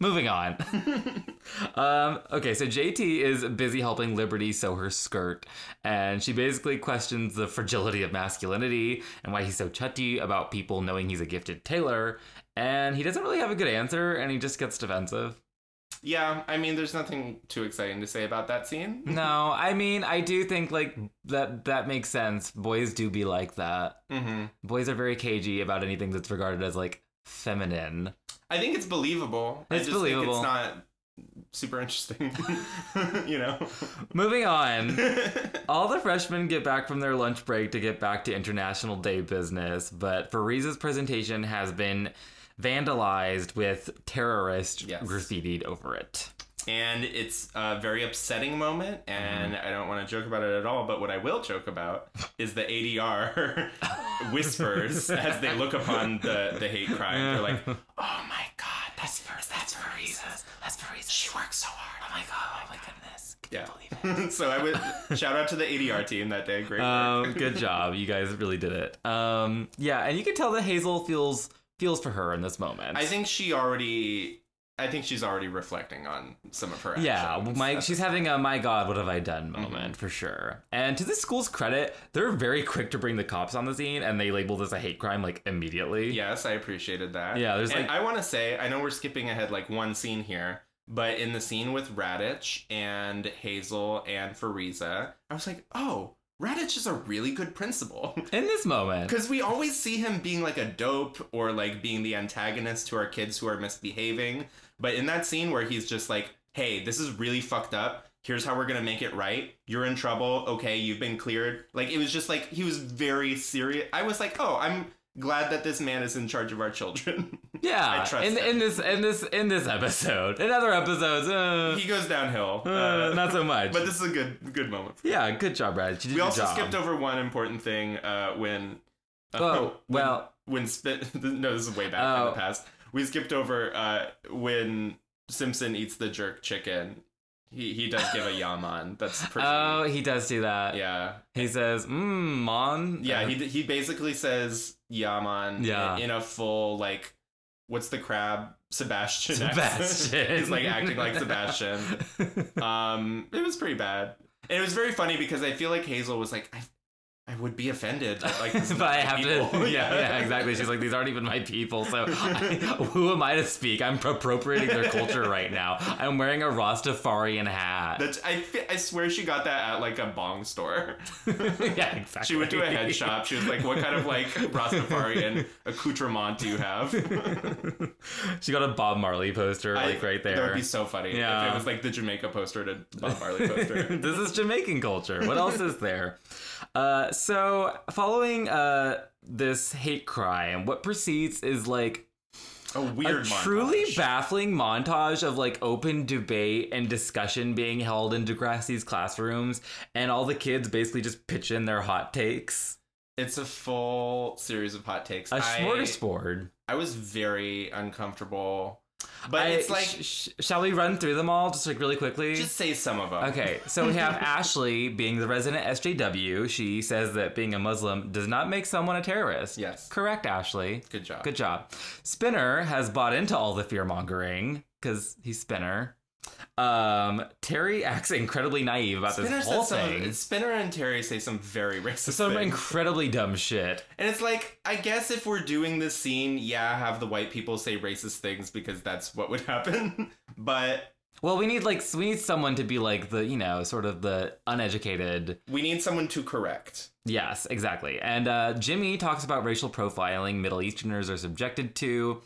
Speaker 2: Moving on. um, okay, so JT is busy helping Liberty sew her skirt, and she basically questions the fragility of masculinity and why he's so chutty about people knowing he's a gifted tailor. And he doesn't really have a good answer, and he just gets defensive.
Speaker 1: yeah, I mean, there's nothing too exciting to say about that scene.
Speaker 2: No, I mean I do think like that that makes sense. Boys do be like that.
Speaker 1: hmm
Speaker 2: Boys are very cagey about anything that's regarded as like feminine.
Speaker 1: I think it's believable. I
Speaker 2: It's
Speaker 1: just think
Speaker 2: believable.
Speaker 1: it's not super interesting, you know.
Speaker 2: Moving on. All the freshmen get back from their lunch break to get back to International Day business, but Fariza's presentation has been vandalized with terrorists
Speaker 1: Yes.
Speaker 2: graffitied over it.
Speaker 1: and it's a very upsetting moment, and
Speaker 2: Mm-hmm.
Speaker 1: I don't want to joke about it at all. But what I will joke about is the ADR whispers as they look upon the the hate crime. They're like, "Oh my god, that's first, that's Fariza's, that's Fariza's. She worked so hard. Oh my god, oh my goodness." Yeah. so I would shout out to the ADR team that day. Great work.
Speaker 2: Um, good job, you guys really did it. Um, yeah, and you can tell that Hazel feels feels for her in this moment.
Speaker 1: I think she already I think she's already reflecting on some of her. Mm-hmm. Actions.
Speaker 2: Yeah, well, my she's having a my god, what have I done moment for sure. And to this school's credit, they're very quick to bring the cops on the scene and they label this a hate crime like immediately.
Speaker 1: Yes, I appreciated that.
Speaker 2: Yeah, there's,
Speaker 1: and
Speaker 2: like-
Speaker 1: I want to say I know we're skipping ahead like one scene here, but in the scene with Radich and Hazel and Fariza, I was like, oh, Radich is a really good principal
Speaker 2: In this moment.
Speaker 1: because we always see him being like a dope or like being the antagonist to our kids who are misbehaving, but in that scene where he's just like, hey, this is really fucked up. Here's how we're gonna make it right. You're in trouble. Okay, you've been cleared. Like it was just like he was very serious. I was like, oh, I'm glad that this man is in charge of our children.
Speaker 2: Yeah.
Speaker 1: I trust
Speaker 2: in in
Speaker 1: him.
Speaker 2: this in this in this episode. In other episodes, uh,
Speaker 1: he goes downhill.
Speaker 2: uh,
Speaker 1: uh,
Speaker 2: not so much.
Speaker 1: but this is a good good moment.
Speaker 2: yeah, good job, Brad. You did
Speaker 1: We
Speaker 2: your
Speaker 1: also
Speaker 2: job.
Speaker 1: skipped over one important thing uh, when. uh,
Speaker 2: Oh,
Speaker 1: when-
Speaker 2: well.
Speaker 1: When spin. No, this is way back in
Speaker 2: Oh.
Speaker 1: the past. We skipped over uh, when Simpson eats the jerk chicken. He he does give a yaman. That's pretty.
Speaker 2: Oh, he does do that.
Speaker 1: yeah.
Speaker 2: He says, "Mmm, mon."
Speaker 1: Yeah,
Speaker 2: Uh,
Speaker 1: he he basically says Yaman
Speaker 2: Yeah.
Speaker 1: in a full like what's the crab Sebastian accent.
Speaker 2: Sebastian.
Speaker 1: He's like acting like Sebastian. um it was pretty bad. And it was very funny because I feel like Hazel was like I I would be offended if, like this is
Speaker 2: but I
Speaker 1: my
Speaker 2: have
Speaker 1: people.
Speaker 2: to. Yeah, yeah, exactly. She's like, these aren't even my people. So I, who am I to speak? I'm appropriating their culture right now. I'm wearing a Rastafarian hat.
Speaker 1: That's I fe- I swear she got that at like a bong store.
Speaker 2: yeah, exactly.
Speaker 1: She went to a head shop. She was like, "What kind of like Rastafarian accoutrement do you have?"
Speaker 2: She got a Bob Marley poster, like
Speaker 1: I-
Speaker 2: right
Speaker 1: That
Speaker 2: there.
Speaker 1: would be so funny
Speaker 2: Yeah.
Speaker 1: if it was like the Jamaica poster to Bob Marley poster.
Speaker 2: this is Jamaican culture. What else is there? Uh, so, following uh, this hate crime, what precedes is like
Speaker 1: A weird,
Speaker 2: a truly
Speaker 1: montage.
Speaker 2: baffling montage of like open debate and discussion being held in Degrassi's classrooms, and all the kids basically just pitch in their hot takes.
Speaker 1: It's a full series of hot takes.
Speaker 2: A
Speaker 1: I-
Speaker 2: smorgasbord.
Speaker 1: I was very uncomfortable, but
Speaker 2: I-
Speaker 1: it's like
Speaker 2: sh- sh- shall we run through them all just like really quickly?
Speaker 1: just say some of them.
Speaker 2: Okay, so we have Ashley being the resident SJW. She says that being a Muslim does not make someone a terrorist.
Speaker 1: Yes.
Speaker 2: Correct, Ashley.
Speaker 1: Good job.
Speaker 2: Good job. Spinner has bought into all the fear mongering because he's Spinner. Um, Terry acts incredibly naive about
Speaker 1: Spinner
Speaker 2: this
Speaker 1: says
Speaker 2: whole
Speaker 1: some of-
Speaker 2: thing.
Speaker 1: Spinner and Terry say some very racist
Speaker 2: Some
Speaker 1: things.
Speaker 2: incredibly dumb shit.
Speaker 1: and it's like, I guess if we're doing this scene, yeah, have the white people say racist things because that's what would happen. but
Speaker 2: Well, we need like we need someone to be like the you know sort of the uneducated.
Speaker 1: we need someone to correct.
Speaker 2: Yes, exactly. And uh, Jimmy talks about racial profiling Middle Easterners are subjected to,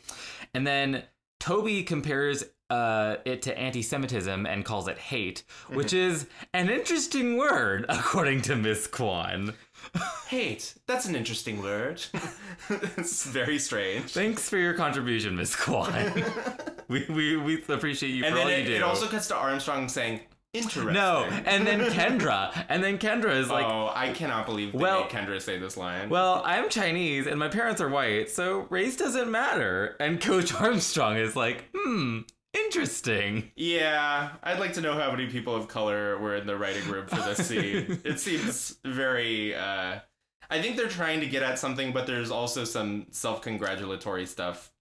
Speaker 2: and then Toby compares uh, it to anti-Semitism and calls it hate, which
Speaker 1: Mm-hmm.
Speaker 2: is an interesting word according to Miss Kwan.
Speaker 1: Hate. That's an interesting word. it's very strange.
Speaker 2: Thanks for your contribution, Miss Kwan. we, we we appreciate you
Speaker 1: and
Speaker 2: for all
Speaker 1: then
Speaker 2: you
Speaker 1: it,
Speaker 2: do.
Speaker 1: it also cuts to Armstrong saying, "Interesting."
Speaker 2: no, and then Kendra, and then Kendra is like,
Speaker 1: oh, I cannot believe they
Speaker 2: Well-
Speaker 1: made Kendra say this line.
Speaker 2: Well, I'm Chinese and my parents are white, so race doesn't matter. And Coach Armstrong is like, hmm, interesting.
Speaker 1: Yeah, I'd like to know how many people of color were in the writing room for this scene. it seems very. Uh, I think they're trying to get at something, but there's also some self-congratulatory stuff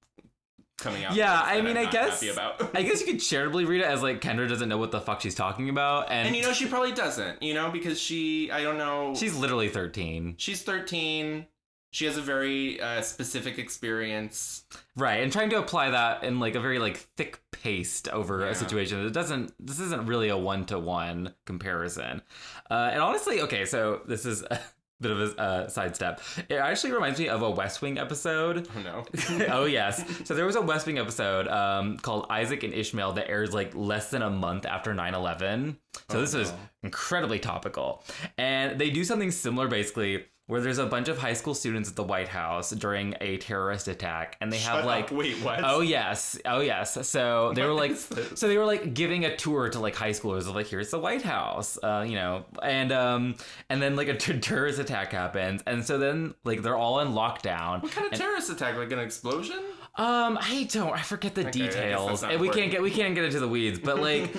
Speaker 1: coming out.
Speaker 2: yeah,
Speaker 1: that
Speaker 2: I
Speaker 1: I'm
Speaker 2: mean, I
Speaker 1: not
Speaker 2: guess,
Speaker 1: happy about.
Speaker 2: I guess you could charitably read it as like Kendra doesn't know what the fuck she's talking about, and,
Speaker 1: and you know, she probably doesn't. You know, because she, I don't know,
Speaker 2: she's literally 13,
Speaker 1: she's 13. She has a very uh, specific experience.
Speaker 2: right? And trying to apply that in like a very like thick paste over
Speaker 1: Yeah.
Speaker 2: a situation that doesn't. This isn't really a one to one comparison. Uh, and honestly, okay, so this is. A, Bit of a uh, sidestep. It actually reminds me of a West Wing episode
Speaker 1: Oh no.
Speaker 2: oh yes. So there was a West Wing episode um, called Isaac and Ishmael that airs like less than a month after 9/11. So
Speaker 1: Oh,
Speaker 2: this is incredibly topical, and they do something similar basically. Where there's a bunch of high school students at the White House during a terrorist attack, and they have
Speaker 1: Shut
Speaker 2: like
Speaker 1: up. wait, what?
Speaker 2: Oh yes, oh yes. So they were like,
Speaker 1: is this?
Speaker 2: so they were like giving a tour to like high schoolers of like, here's the White House, uh, you know, and um, and then like a ter- terrorist attack happens, and so then like they're all in lockdown.
Speaker 1: what kind of terrorist attack? Like an explosion?
Speaker 2: Um, I don't. I forget the
Speaker 1: guess that's
Speaker 2: details.
Speaker 1: not
Speaker 2: And we can't
Speaker 1: important.
Speaker 2: get we can't get into the weeds, but like,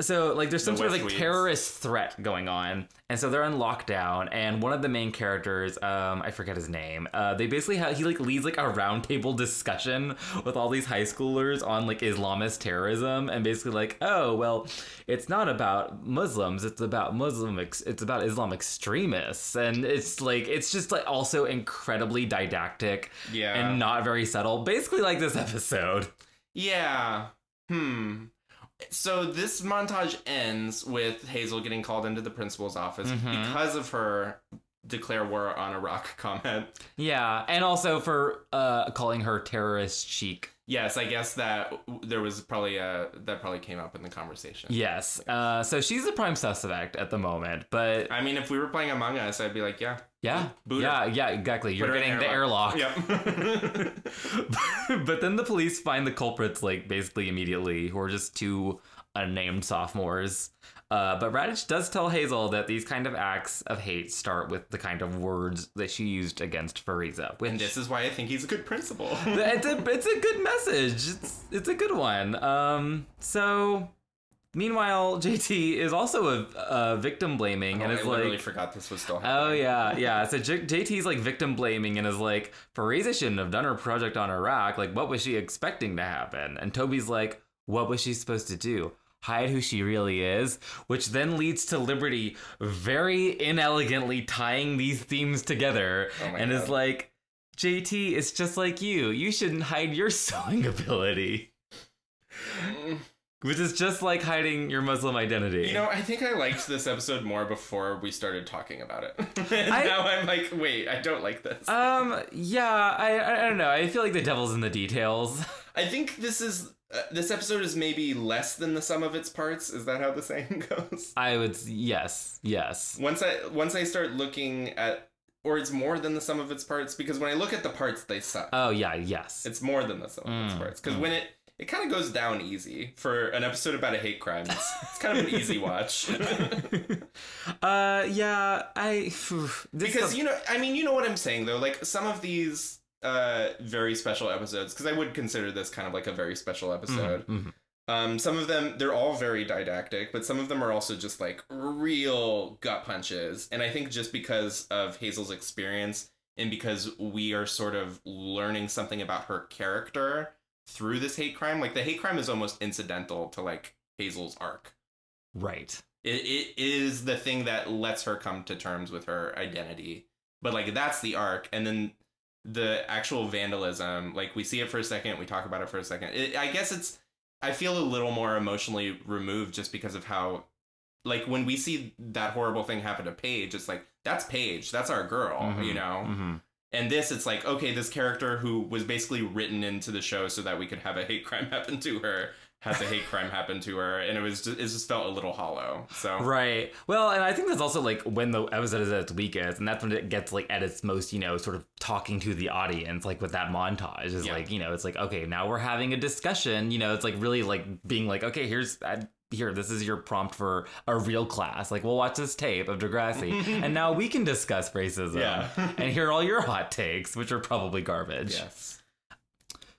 Speaker 2: so like there's some
Speaker 1: The
Speaker 2: sort of
Speaker 1: West
Speaker 2: like
Speaker 1: Weeds.
Speaker 2: terrorist threat going on and so they're on lockdown and one of the main characters um i forget his name uh they basically have he like leads like a roundtable discussion with all these high schoolers on like islamist terrorism and basically like oh well it's not about muslims it's about muslim ex- it's about islam extremists and it's like it's just like also incredibly didactic
Speaker 1: Yeah.
Speaker 2: and not very subtle basically like this episode
Speaker 1: Yeah. Hmm. So this montage ends with Hazel getting called into the principal's office
Speaker 2: Mhm.
Speaker 1: because of her declare war on Iraq comment.
Speaker 2: Yeah, and also for uh, calling her terrorist chic.
Speaker 1: Yes, I guess that w- there was probably a that probably came up in the conversation.
Speaker 2: Yes. Uh, so she's the prime suspect at the moment, but
Speaker 1: I mean, if we were playing Among Us, I'd be like, yeah,
Speaker 2: yeah,
Speaker 1: boot her.
Speaker 2: yeah, yeah, exactly. You're
Speaker 1: put her in
Speaker 2: getting the airlock.
Speaker 1: Yep.
Speaker 2: but then the police find the culprits like basically immediately, who are just two unnamed sophomores. Uh, but Radish does tell Hazel that these kind of acts of hate start with the kind of words that she used against Fariza. Which
Speaker 1: and this is why I think he's a good principal.
Speaker 2: it's a it's a good message. It's it's a good one. Um. So, meanwhile, JT is also a, a victim blaming and
Speaker 1: Oh, I
Speaker 2: is
Speaker 1: literally
Speaker 2: like.
Speaker 1: forgot this was still happening.
Speaker 2: Oh yeah, yeah. So J- JT's like victim blaming and is like, Fariza shouldn't have done her project on Iraq. Like, what was she expecting to happen? And Toby's like, what was she supposed to do? Hide who she really is, which then leads to Liberty very inelegantly tying these themes together,
Speaker 1: Oh my
Speaker 2: and is
Speaker 1: God.
Speaker 2: like, JT, it's just like you. You shouldn't hide your sewing ability, which is just like hiding your Muslim identity.
Speaker 1: Mm. You know, I think I liked this episode more before we started talking about it. and
Speaker 2: I-
Speaker 1: now I'm like, wait, I don't like this.
Speaker 2: um, yeah, I, I I don't know. I feel like the devil's in the details.
Speaker 1: I think this is uh, this episode is maybe less than the sum of its parts. Is that how the saying goes?
Speaker 2: I would s- yes, yes.
Speaker 1: Once I once I start looking at or it's more than the sum of its parts because when I look at the parts they suck.
Speaker 2: Oh yeah, yes.
Speaker 1: it's more than the sum of its
Speaker 2: Mm,
Speaker 1: parts because when it it kind of goes down easy for an episode about a hate crime. It's, it's kind of an easy watch.
Speaker 2: uh yeah, I phew, this
Speaker 1: because
Speaker 2: is-
Speaker 1: you know i mean you know what i'm saying though like some of these uh very special episodes because i would consider this kind of like a very special episode
Speaker 2: Mhm,
Speaker 1: um some of them they're all very didactic but some of them are also just like real gut punches and i think just because of hazel's experience and because we are sort of learning something about her character through this hate crime like the hate crime is almost incidental to like hazel's arc
Speaker 2: right.
Speaker 1: it, it is the thing that lets her come to terms with her identity but like that's the arc and then the actual vandalism like we see it for a second we talk about it for a second it, i guess it's i feel a little more emotionally removed just because of how like when we see that horrible thing happen to paige it's like that's paige that's our girl you
Speaker 2: Mhm,
Speaker 1: know
Speaker 2: mhm.
Speaker 1: and this it's like okay this character who was basically written into the show so that we could have a hate crime happen to her has a hate crime happen to her and it was just it just felt a little hollow so
Speaker 2: Right. Well, and I think that's also like when the episode is at its weakest, and that's when it gets like at its most, you know, sort of talking to the audience, like with that montage. Is
Speaker 1: Yeah.
Speaker 2: like, you know, it's like, okay, now we're having a discussion. You know, it's like really like being like, okay, here's I, here, this is your prompt for a real class. Like, we'll watch this tape of Degrassi, and now we can discuss racism
Speaker 1: Yeah.
Speaker 2: and hear all your hot takes, which are probably garbage.
Speaker 1: yes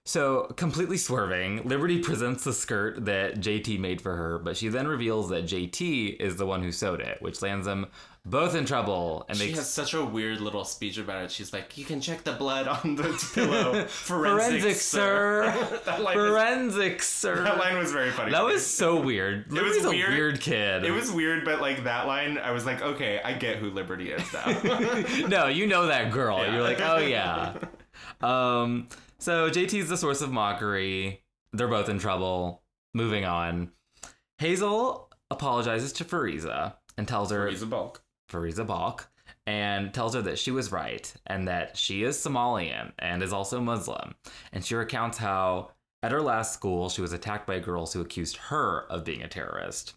Speaker 2: So, completely swerving, Liberty presents the skirt that JT made for her, but she then reveals that JT is the one who sewed it, which lands them both in trouble and
Speaker 1: she
Speaker 2: makes
Speaker 1: has such a weird little speech about it she's like you can check the blood on the pillow forensic,
Speaker 2: forensic, sir.
Speaker 1: that, line was,
Speaker 2: forensic, sir.
Speaker 1: that line was very funny
Speaker 2: That was so weird.
Speaker 1: was
Speaker 2: Liberty's
Speaker 1: weird.
Speaker 2: a weird kid.
Speaker 1: it was weird but like that line i was like okay i get who liberty is now
Speaker 2: no, you know that girl.
Speaker 1: Yeah.
Speaker 2: You're like, oh yeah. um, so JT's the source of mockery. They're both in trouble. Moving on. Hazel apologizes to Fariza and tells her
Speaker 1: he's a bulk
Speaker 2: Fariza Balk and tells her that she was right and that she is Somalian and is also Muslim. And she recounts how at her last school she was attacked by girls who accused her of being a terrorist.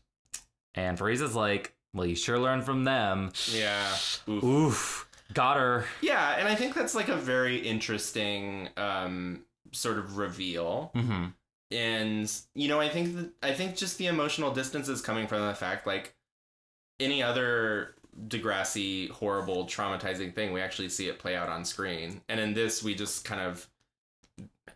Speaker 2: And Fariza's like, "Well, you sure learned from them."
Speaker 1: yeah Oof.
Speaker 2: Oof, got her.
Speaker 1: Yeah, and I think that's like a very interesting um, sort of reveal.
Speaker 2: hmm
Speaker 1: And you know, I think that, I think just the emotional distance is coming from the fact like any other Degrassi horrible traumatizing thing, we actually see it play out on screen, and in this we just kind of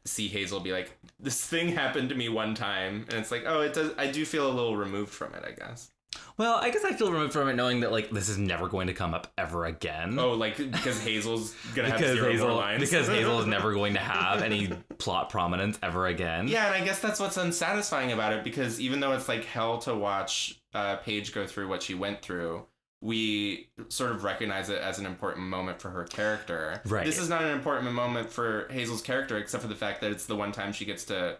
Speaker 1: see Hazel be like, "This thing happened to me one time," and it's like, "Oh, it does." I do feel a little removed from it, I guess.
Speaker 2: Well, I guess I feel removed from it knowing that like this is never going to come up ever again.
Speaker 1: Oh, like because Hazel's gonna have
Speaker 2: Hmm. because
Speaker 1: zero more
Speaker 2: Hazel,
Speaker 1: lines.
Speaker 2: because Hazel is never going to have any plot prominence ever again.
Speaker 1: Yeah, and I guess that's what's unsatisfying about it because even though it's like hell to watch uh, Paige go through what she went through, we sort of recognize it as an important moment for her character.
Speaker 2: Right.
Speaker 1: This is not an important moment for Hazel's character, except for the fact that it's the one time she gets to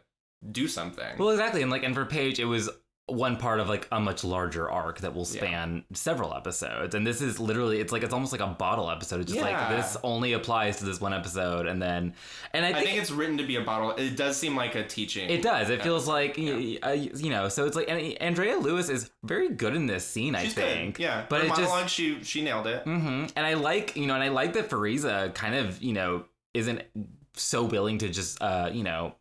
Speaker 1: do something.
Speaker 2: Well, exactly, and like, and for Paige, it was one part of like a much larger arc that will span several episodes, and this is literally, it's like it's almost like a bottle episode. It's just
Speaker 1: Yeah.
Speaker 2: like this only applies to this one episode, and then, and I
Speaker 1: I
Speaker 2: think,
Speaker 1: think it's written to be a bottle. It does seem like a teaching.
Speaker 2: it does. It feels like y- uh, you know. So it's like and Andrea Lewis is very good in this scene.
Speaker 1: She's
Speaker 2: I think.
Speaker 1: good. Yeah.
Speaker 2: But
Speaker 1: Her
Speaker 2: it
Speaker 1: monologue,
Speaker 2: just
Speaker 1: she she nailed it.
Speaker 2: hmm And I like, you know, and I like that Fariza kind of, you know, isn't so willing to just, uh, you know,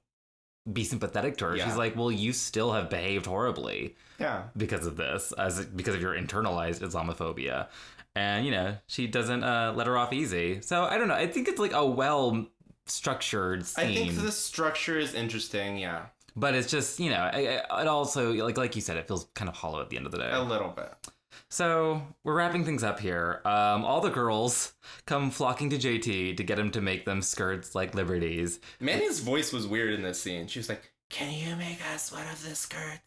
Speaker 2: be sympathetic to her.
Speaker 1: Yeah.
Speaker 2: She's like, well, you still have behaved horribly
Speaker 1: Yeah.
Speaker 2: because of this, as because of your internalized Islamophobia. And, you know, she doesn't uh, let her off easy. So I don't know. I think it's like a well structured scene.
Speaker 1: I think the structure is interesting. Yeah,
Speaker 2: But it's just, you know, I- I- it also, like like you said, it feels kind of hollow at the end of the day.
Speaker 1: a little bit.
Speaker 2: So we're wrapping things up here. Um, all the girls come flocking to JT to get him to make them skirts like liberties.
Speaker 1: Manny's voice was weird in this scene. She was like, "Can you make us one of the skirts?"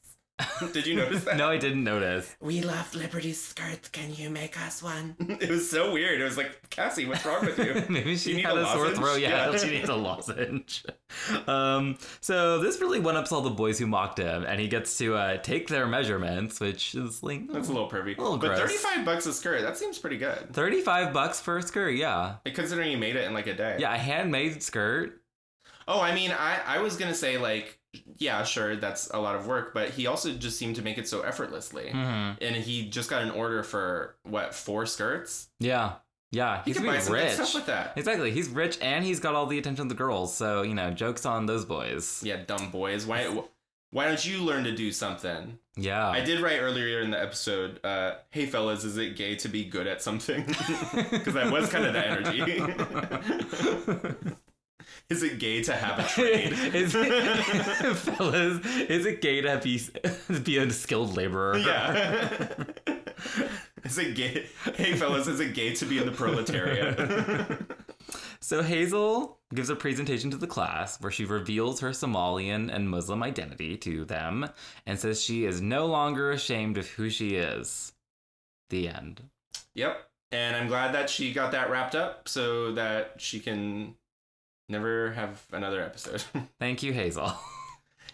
Speaker 1: Did you notice that?
Speaker 2: No, I didn't notice.
Speaker 1: We love Liberty's skirts. Can you make us one? it was so weird. It was like, Cassie, what's wrong with you?
Speaker 2: Maybe
Speaker 1: You
Speaker 2: she
Speaker 1: need
Speaker 2: had
Speaker 1: a
Speaker 2: a, sore
Speaker 1: lozenge?
Speaker 2: throat. Yeah,
Speaker 1: Yeah.
Speaker 2: she needs a lozenge. Um, so this really one ups all the boys who mocked him, and he gets to uh, take their measurements, which is like
Speaker 1: That's a little pervy.
Speaker 2: A little
Speaker 1: but
Speaker 2: gross.
Speaker 1: thirty-five bucks a skirt. That seems pretty good.
Speaker 2: hmm, thirty-five bucks for a skirt. Yeah,
Speaker 1: Considering you made it in like a day.
Speaker 2: yeah, a handmade skirt.
Speaker 1: Oh, I mean, I I was gonna say like, yeah, sure, that's a lot of work, but he also just seemed to make it so effortlessly.
Speaker 2: hmm
Speaker 1: And he just got an order for what four skirts?
Speaker 2: Yeah, yeah,
Speaker 1: He
Speaker 2: he's
Speaker 1: could buy
Speaker 2: really
Speaker 1: some good
Speaker 2: rich.
Speaker 1: stuff with that.
Speaker 2: Exactly. He's rich and he's got all the attention of the girls. So, you know, jokes on those boys.
Speaker 1: Yeah, dumb boys. Why wh- why don't you learn to do something?
Speaker 2: Yeah.
Speaker 1: I did write earlier in the episode, uh, hey fellas, is it gay to be good at something? Because that was kind of the energy. is it gay to have a trade?
Speaker 2: is it, fellas, is it gay to be, be a skilled laborer?
Speaker 1: yeah. is it gay? Hey fellas, is it gay to be in the proletariat?
Speaker 2: So Hazel gives a presentation to the class where she reveals her Somalian and Muslim identity to them and says she is no longer ashamed of who she is. The end.
Speaker 1: yep. And I'm glad that she got that wrapped up so that she can never have another episode.
Speaker 2: Thank you, Hazel.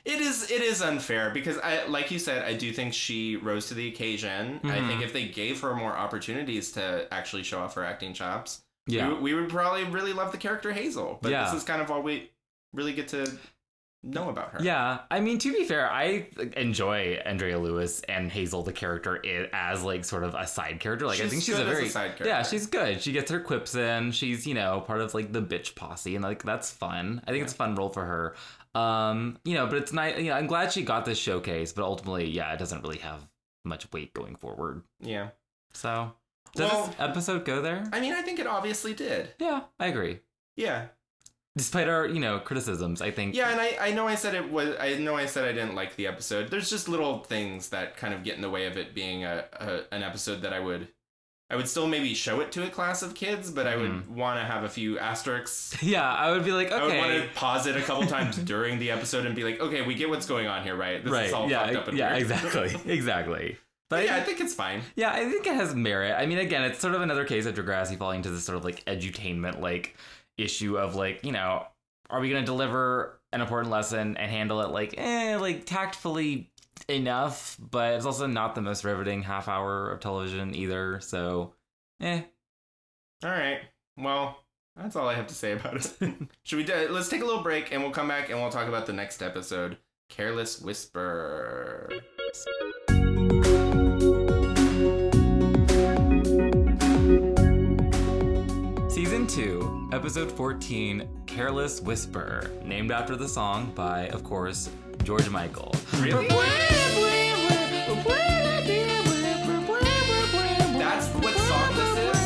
Speaker 1: It is it is unfair because I like you said I do think she rose to the occasion. I
Speaker 2: Mhm.
Speaker 1: think if they gave her more opportunities to actually show off her acting chops,
Speaker 2: Yeah.
Speaker 1: we, we would probably really love the character Hazel. But
Speaker 2: Yeah.
Speaker 1: this is kind of all we really get to know about her.
Speaker 2: Yeah, I mean to be fair, I enjoy Andrea Lewis and Hazel the character i- as like sort of a side character. Like I
Speaker 1: She's
Speaker 2: think she's
Speaker 1: good
Speaker 2: a
Speaker 1: as a
Speaker 2: very
Speaker 1: side
Speaker 2: yeah,
Speaker 1: character.
Speaker 2: she's good. She gets her quips in. She's you know part of like the bitch posse, and like that's fun. I think it's a fun role for her. Um, you know, but it's nice. You know, I'm glad she got this showcase, but ultimately, yeah, it doesn't really have much weight going forward.
Speaker 1: Yeah.
Speaker 2: So does
Speaker 1: Well-
Speaker 2: this episode go there?
Speaker 1: I mean, I think it obviously did.
Speaker 2: yeah, I agree.
Speaker 1: Yeah.
Speaker 2: Despite our you know criticisms, I think
Speaker 1: Yeah, and I, I know I said it was I know I said I didn't like the episode. There's just little things that kind of get in the way of it being a, a an episode that I would I would still maybe show it to a class of kids, but I would
Speaker 2: Mm-hmm.
Speaker 1: want to have a few asterisks.
Speaker 2: yeah, I would be like okay.
Speaker 1: I would want to pause it a couple times during the episode and be like, okay, we get what's going on here, right? This is all
Speaker 2: yeah,
Speaker 1: fucked up and
Speaker 2: yeah,
Speaker 1: weird.
Speaker 2: exactly, exactly. But
Speaker 1: yeah, I think it's fine.
Speaker 2: yeah, I think it has merit. I mean, again, it's sort of another case of Degrassi falling into this sort of like edutainment like issue of like, you know, are we going to deliver an important lesson and handle it like, eh, like tactfully enough, but it's also not the most riveting half hour of television either. So, eh,
Speaker 1: All right. Well, that's all I have to say about it. Should we do, let's take a little break and we'll come back and we'll talk about the next episode, Careless Whisper.
Speaker 2: Season 2, Episode 14, Careless Whisper, named after the song by, of course, George Michael.
Speaker 1: Really? That's what song this is?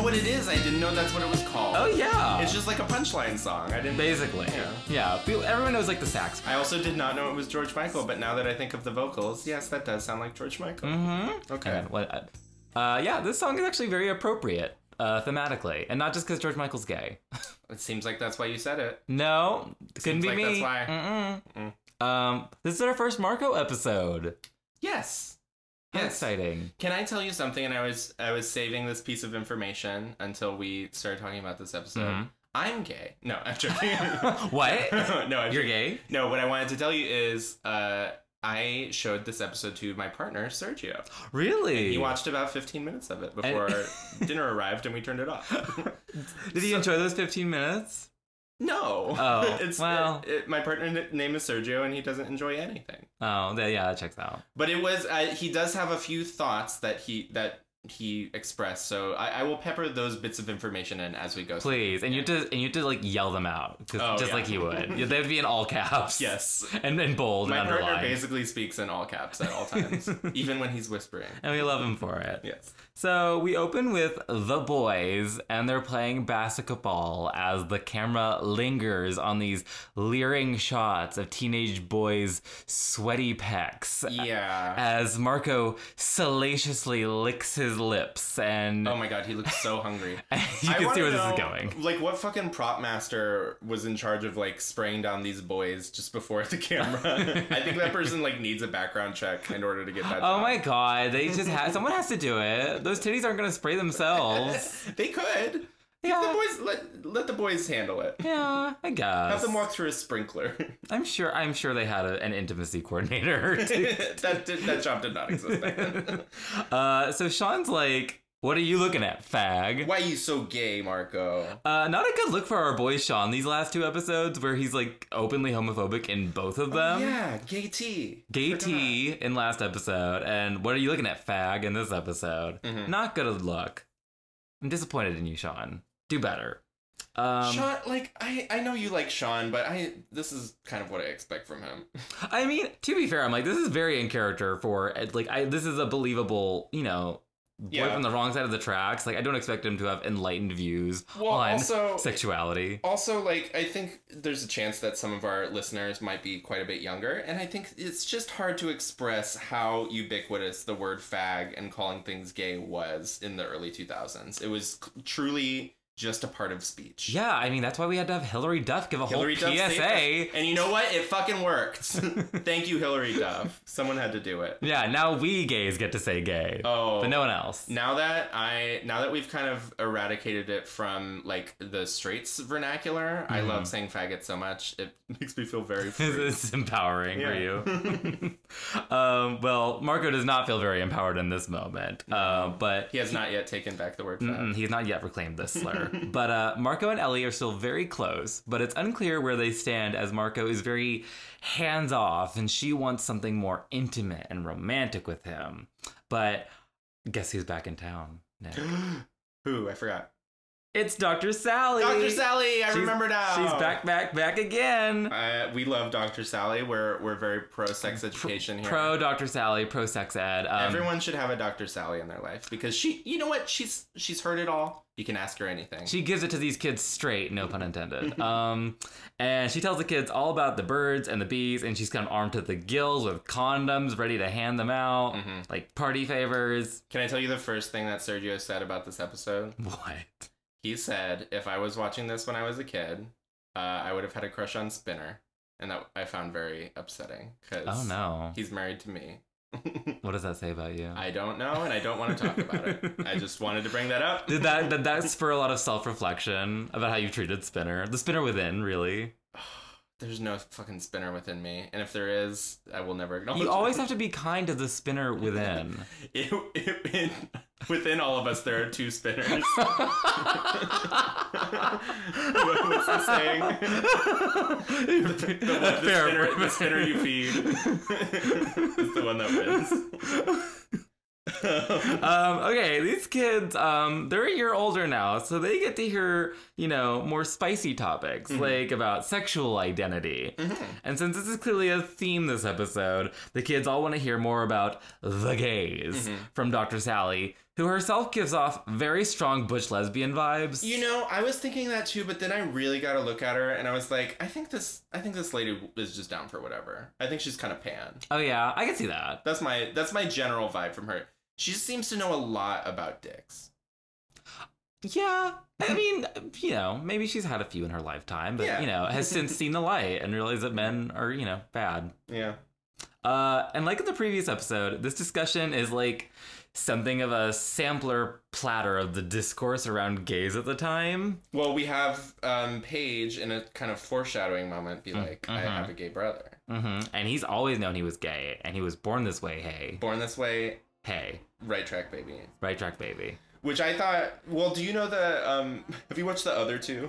Speaker 1: what it is. I didn't know that's what it was called.
Speaker 2: Oh, yeah.
Speaker 1: It's just like a punchline song. I didn't.
Speaker 2: Basically.
Speaker 1: Yeah.
Speaker 2: Yeah. people- Everyone knows like the sax.
Speaker 1: I also did not know it was George Michael, but now that I think of the vocals, yes, that does sound like George
Speaker 2: Mm.
Speaker 1: Michael. Mm-hmm. Okay.
Speaker 2: And what- Uh, yeah, this song is actually very appropriate uh, thematically, and not just because George Michael's gay.
Speaker 1: It seems like that's why you said it.
Speaker 2: No,
Speaker 1: Seems
Speaker 2: couldn't be
Speaker 1: like
Speaker 2: me.
Speaker 1: that's why. Mm.
Speaker 2: Mm-mm. Um, this is our first Marco episode.
Speaker 1: Yes.
Speaker 2: How
Speaker 1: Yes.
Speaker 2: exciting!
Speaker 1: Can I tell you something? And I was I was saving this piece of information until we started talking about this episode.
Speaker 2: Mhm.
Speaker 1: I'm gay. No, I'm joking.
Speaker 2: What?
Speaker 1: no, I'm
Speaker 2: You're
Speaker 1: joking.
Speaker 2: gay?
Speaker 1: No, what I wanted to tell you is uh, I showed this episode to my partner Sergio.
Speaker 2: Really?
Speaker 1: He watched about 15 minutes of it before dinner arrived, and we turned it off.
Speaker 2: Did he enjoy those 15 minutes?
Speaker 1: no.
Speaker 2: Oh, well.
Speaker 1: it- it- my partner n- name is Sergio, and he doesn't enjoy anything.
Speaker 2: Oh, that, yeah, that checks out.
Speaker 1: But it was uh, he does have a few thoughts that he that he expressed. So I, I will pepper those bits of information in as we go.
Speaker 2: Please, and you have to and you have to like yell them out, 'cause-
Speaker 1: Oh,
Speaker 2: just
Speaker 1: yeah.
Speaker 2: like he would. Yeah, They'd be in all caps.
Speaker 1: Yes.
Speaker 2: and and bold
Speaker 1: My
Speaker 2: and
Speaker 1: partner
Speaker 2: underlined.
Speaker 1: basically speaks in all caps at all times, even when he's whispering.
Speaker 2: and we love him for it.
Speaker 1: Yes.
Speaker 2: So we open with the boys, and they're playing basketball as the camera lingers on these leering shots of teenage boys' sweaty pecs.
Speaker 1: Yeah.
Speaker 2: As Marco salaciously licks his lips, and
Speaker 1: Oh my god, he looks so hungry.
Speaker 2: you
Speaker 1: I
Speaker 2: can see
Speaker 1: wanna
Speaker 2: where this is
Speaker 1: know,
Speaker 2: going.
Speaker 1: Like, what fucking prop master was in charge of like spraying down these boys just before the camera? I think that person like needs a background check in order to get that.
Speaker 2: Oh
Speaker 1: job.
Speaker 2: my god, they just have someone has to do it. Those titties aren't gonna spray themselves.
Speaker 1: They could. Let the
Speaker 2: Yeah,
Speaker 1: boys let let the boys handle it.
Speaker 2: yeah, I guess.
Speaker 1: Have them walk through a sprinkler.
Speaker 2: I'm sure. I'm sure they had a, an intimacy coordinator. to-
Speaker 1: that did, that job did not exist. Back then.
Speaker 2: Uh, so Sean's like, "What are you looking at, fag?"
Speaker 1: Why are you so gay, Marco?
Speaker 2: Uh, not a good look for our boy Sean these last two episodes, where he's like openly homophobic in both of them.
Speaker 1: Oh, yeah, gay tea.
Speaker 2: Gay
Speaker 1: Forgot.
Speaker 2: T in last episode, and what are you looking at, fag, in this episode?
Speaker 1: Mhm.
Speaker 2: Not good a look. I'm disappointed in you, Sean. Do better. Um,
Speaker 1: Sean, like I, I know you like Sean, but I this is kind of what I expect from him.
Speaker 2: I mean, to be fair, I'm like, this is very in character for eh, like, I this is a believable, you know, boy
Speaker 1: Yeah.
Speaker 2: from the wrong side of the tracks. Like, I don't expect him to have enlightened views
Speaker 1: Well,
Speaker 2: on
Speaker 1: also-
Speaker 2: sexuality.
Speaker 1: Also, like I think there's a chance that some of our listeners might be quite a bit younger, and I think it's just hard to express how ubiquitous the word fag and calling things gay was in the early 2000s. It was c- truly just a part of speech.
Speaker 2: Yeah, I mean, that's why we had to have Hillary Duff give a
Speaker 1: Hillary
Speaker 2: whole
Speaker 1: Duff
Speaker 2: PSA.
Speaker 1: saved us. and you know what? It fucking worked. Thank you, Hillary Duff. Someone had to do it.
Speaker 2: Yeah, now we gays get to say gay.
Speaker 1: Oh.
Speaker 2: But no one else.
Speaker 1: Now that I now that we've kind of eradicated it from like the straights vernacular, I love saying faggot so much. It makes me feel very free.
Speaker 2: Mm-hmm. it's empowering for
Speaker 1: Yeah.
Speaker 2: you. um, well, Marco does not feel very empowered in this moment, uh, but
Speaker 1: he has not yet taken back the word fag.
Speaker 2: mm, he's not yet reclaimed this slur. but uh, Marco and Ellie are still very close, but it's unclear where they stand as Marco is very hands off and she wants something more intimate and romantic with him. But guess who's back in town? Nick?
Speaker 1: Who? I forgot.
Speaker 2: it's Dr. Sally.
Speaker 1: Dr. Sally, I
Speaker 2: She's-
Speaker 1: remember now.
Speaker 2: She's back, back, back again.
Speaker 1: Uh, we love Dr. Sally. We're we're very pro sex education here.
Speaker 2: Pro um, Dr. Sally, pro sex ed. Um,
Speaker 1: Everyone should have a Dr. Sally in their life because she, you know what? She's she's heard it all. You can ask her anything.
Speaker 2: She gives it to these kids straight, no pun intended. Um, and she tells the kids all about the birds and the bees, and she's kind of armed to the gills with condoms, ready to hand them out,
Speaker 1: Mm.
Speaker 2: like party favors.
Speaker 1: Mm-hmm. can I tell you the first thing that Sergio said about this episode?
Speaker 2: What?
Speaker 1: He said, "If I was watching this when I was a kid, uh, I would have had a crush on Spinner, and that I found very upsetting because
Speaker 2: Oh no. Oh.
Speaker 1: he's married to me.
Speaker 2: What does that say about you?
Speaker 1: I don't know, and I don't want to talk about it. I just wanted to bring that up.
Speaker 2: did that did that spur a lot of self reflection about how you treated Spinner, the Spinner within, really?
Speaker 1: There's no fucking Spinner within me, and if there is, I will never acknowledge.
Speaker 2: You always
Speaker 1: it.
Speaker 2: have to be kind to the Spinner within.
Speaker 1: It, it, it- within all of us, there are two spinners. What- What's the saying? The, the spinner, the spinner you feed is the one that wins.
Speaker 2: Um, okay, these kids, um, they're a year older now, so they get to hear, you know, more spicy topics,
Speaker 1: Mm-hmm.
Speaker 2: like about sexual identity.
Speaker 1: mhm.
Speaker 2: And since this is clearly a theme this
Speaker 1: Mm-hmm.
Speaker 2: episode, the kids all want to hear more about the gays from Dr. Sally, who herself gives off very strong butch lesbian vibes.
Speaker 1: You know, I was thinking that too, but then I really got to look at her, and I was like, I think this, I think this lady is just down for whatever. I think she's kind of pan.
Speaker 2: oh yeah, I can see that.
Speaker 1: That's my that's my general vibe from her. She just seems to know a lot about dicks.
Speaker 2: Yeah, I mean, you know, maybe she's had a few in her lifetime, but
Speaker 1: Yeah.
Speaker 2: you know, has since seen the light and realized that men are, you know, bad.
Speaker 1: Yeah.
Speaker 2: Uh, and like in the previous episode, this discussion is like something of a sampler platter of the discourse around gays at the time.
Speaker 1: Well, we have um, Paige in a kind of foreshadowing moment be like, I
Speaker 2: mhm.
Speaker 1: have a gay brother.
Speaker 2: hmm And he's always known he was gay, and he was born this way. Hey,
Speaker 1: Born this way,
Speaker 2: hey,
Speaker 1: right track, baby.
Speaker 2: right track, baby.
Speaker 1: Which I thought, well, do you know the, um, have you watched the other two?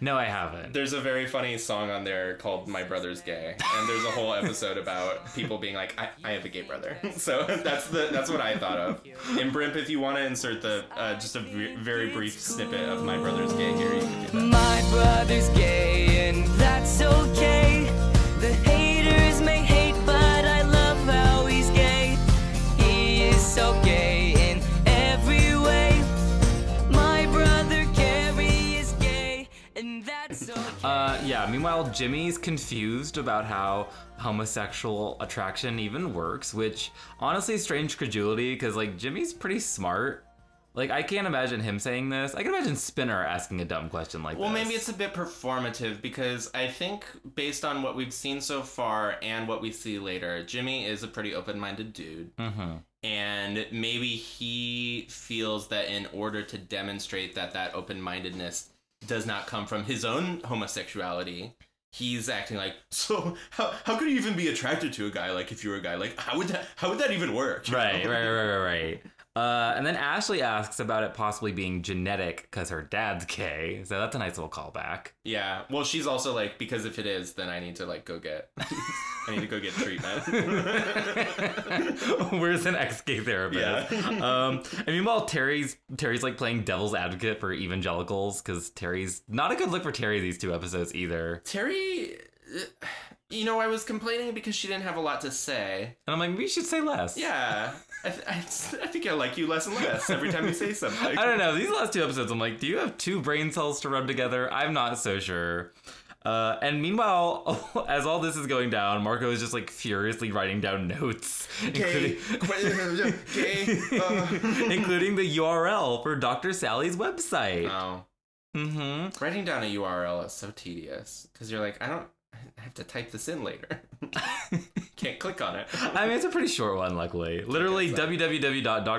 Speaker 2: No, I haven't.
Speaker 1: There's a very funny song on there called My Brother's Gay. And there's a whole episode about people being like, I, I have a gay brother. So that's the that's what I thought of. And Brimp, if you want to insert the, uh, just a v- very brief snippet of My Brother's Gay here, you can do that.
Speaker 5: My brother's gay, and that's okay. The haters may hate, but I love how he's gay. He is so gay in every way. My brother Gary is gay, and that's okay.
Speaker 2: Uh, yeah. Meanwhile, Jimmy's confused about how homosexual attraction even works, which honestly, strange credulity, because like Jimmy's pretty smart. Like, I can't imagine him saying this. I can imagine Spinner asking a dumb question like
Speaker 1: Well,
Speaker 2: this.
Speaker 1: maybe it's a bit performative because I think, based on what we've seen so far and what we see later, Jimmy is a pretty open minded dude.
Speaker 2: Mhm.
Speaker 1: And maybe he feels that in order to demonstrate that that open mindedness does not come from his own homosexuality, he's acting like, so how, how could you even be attracted to a guy like if you were a guy? Like, how would that, how would that even work?
Speaker 2: Right, right, right, right, right. Uh, and then Ashley asks about it possibly being genetic because her dad's gay. So that's a nice little callback.
Speaker 1: Yeah. Well, she's also like, because if it is, then I need to like go get, I need to go get treatment.
Speaker 2: Where's an ex gay therapist?
Speaker 1: Yeah.
Speaker 2: um, and meanwhile, Terry's Terry's like playing devil's advocate for evangelicals because Terry's not a good look for Terry these two episodes either.
Speaker 1: Terry, uh, you know, I was complaining because she didn't have a lot to say.
Speaker 2: And I'm like, we should say less.
Speaker 1: Yeah, I, th- I, s- I think I like you less and less every time you say something.
Speaker 2: I don't know. These last two episodes, I'm like, do you have two brain cells to rub together? I'm not so sure. Uh, and meanwhile, as all this is going down, Marco is just like furiously writing down notes,
Speaker 1: Gay, gay, uh.
Speaker 2: including, including the URL for Dr. Sally's website.
Speaker 1: No.
Speaker 2: hmm
Speaker 1: Oh. Writing down a URL is so tedious because you're like, I don't, I have to type this in later. Can't click on it.
Speaker 2: I mean, it's a pretty short one, luckily. Literally,
Speaker 1: so.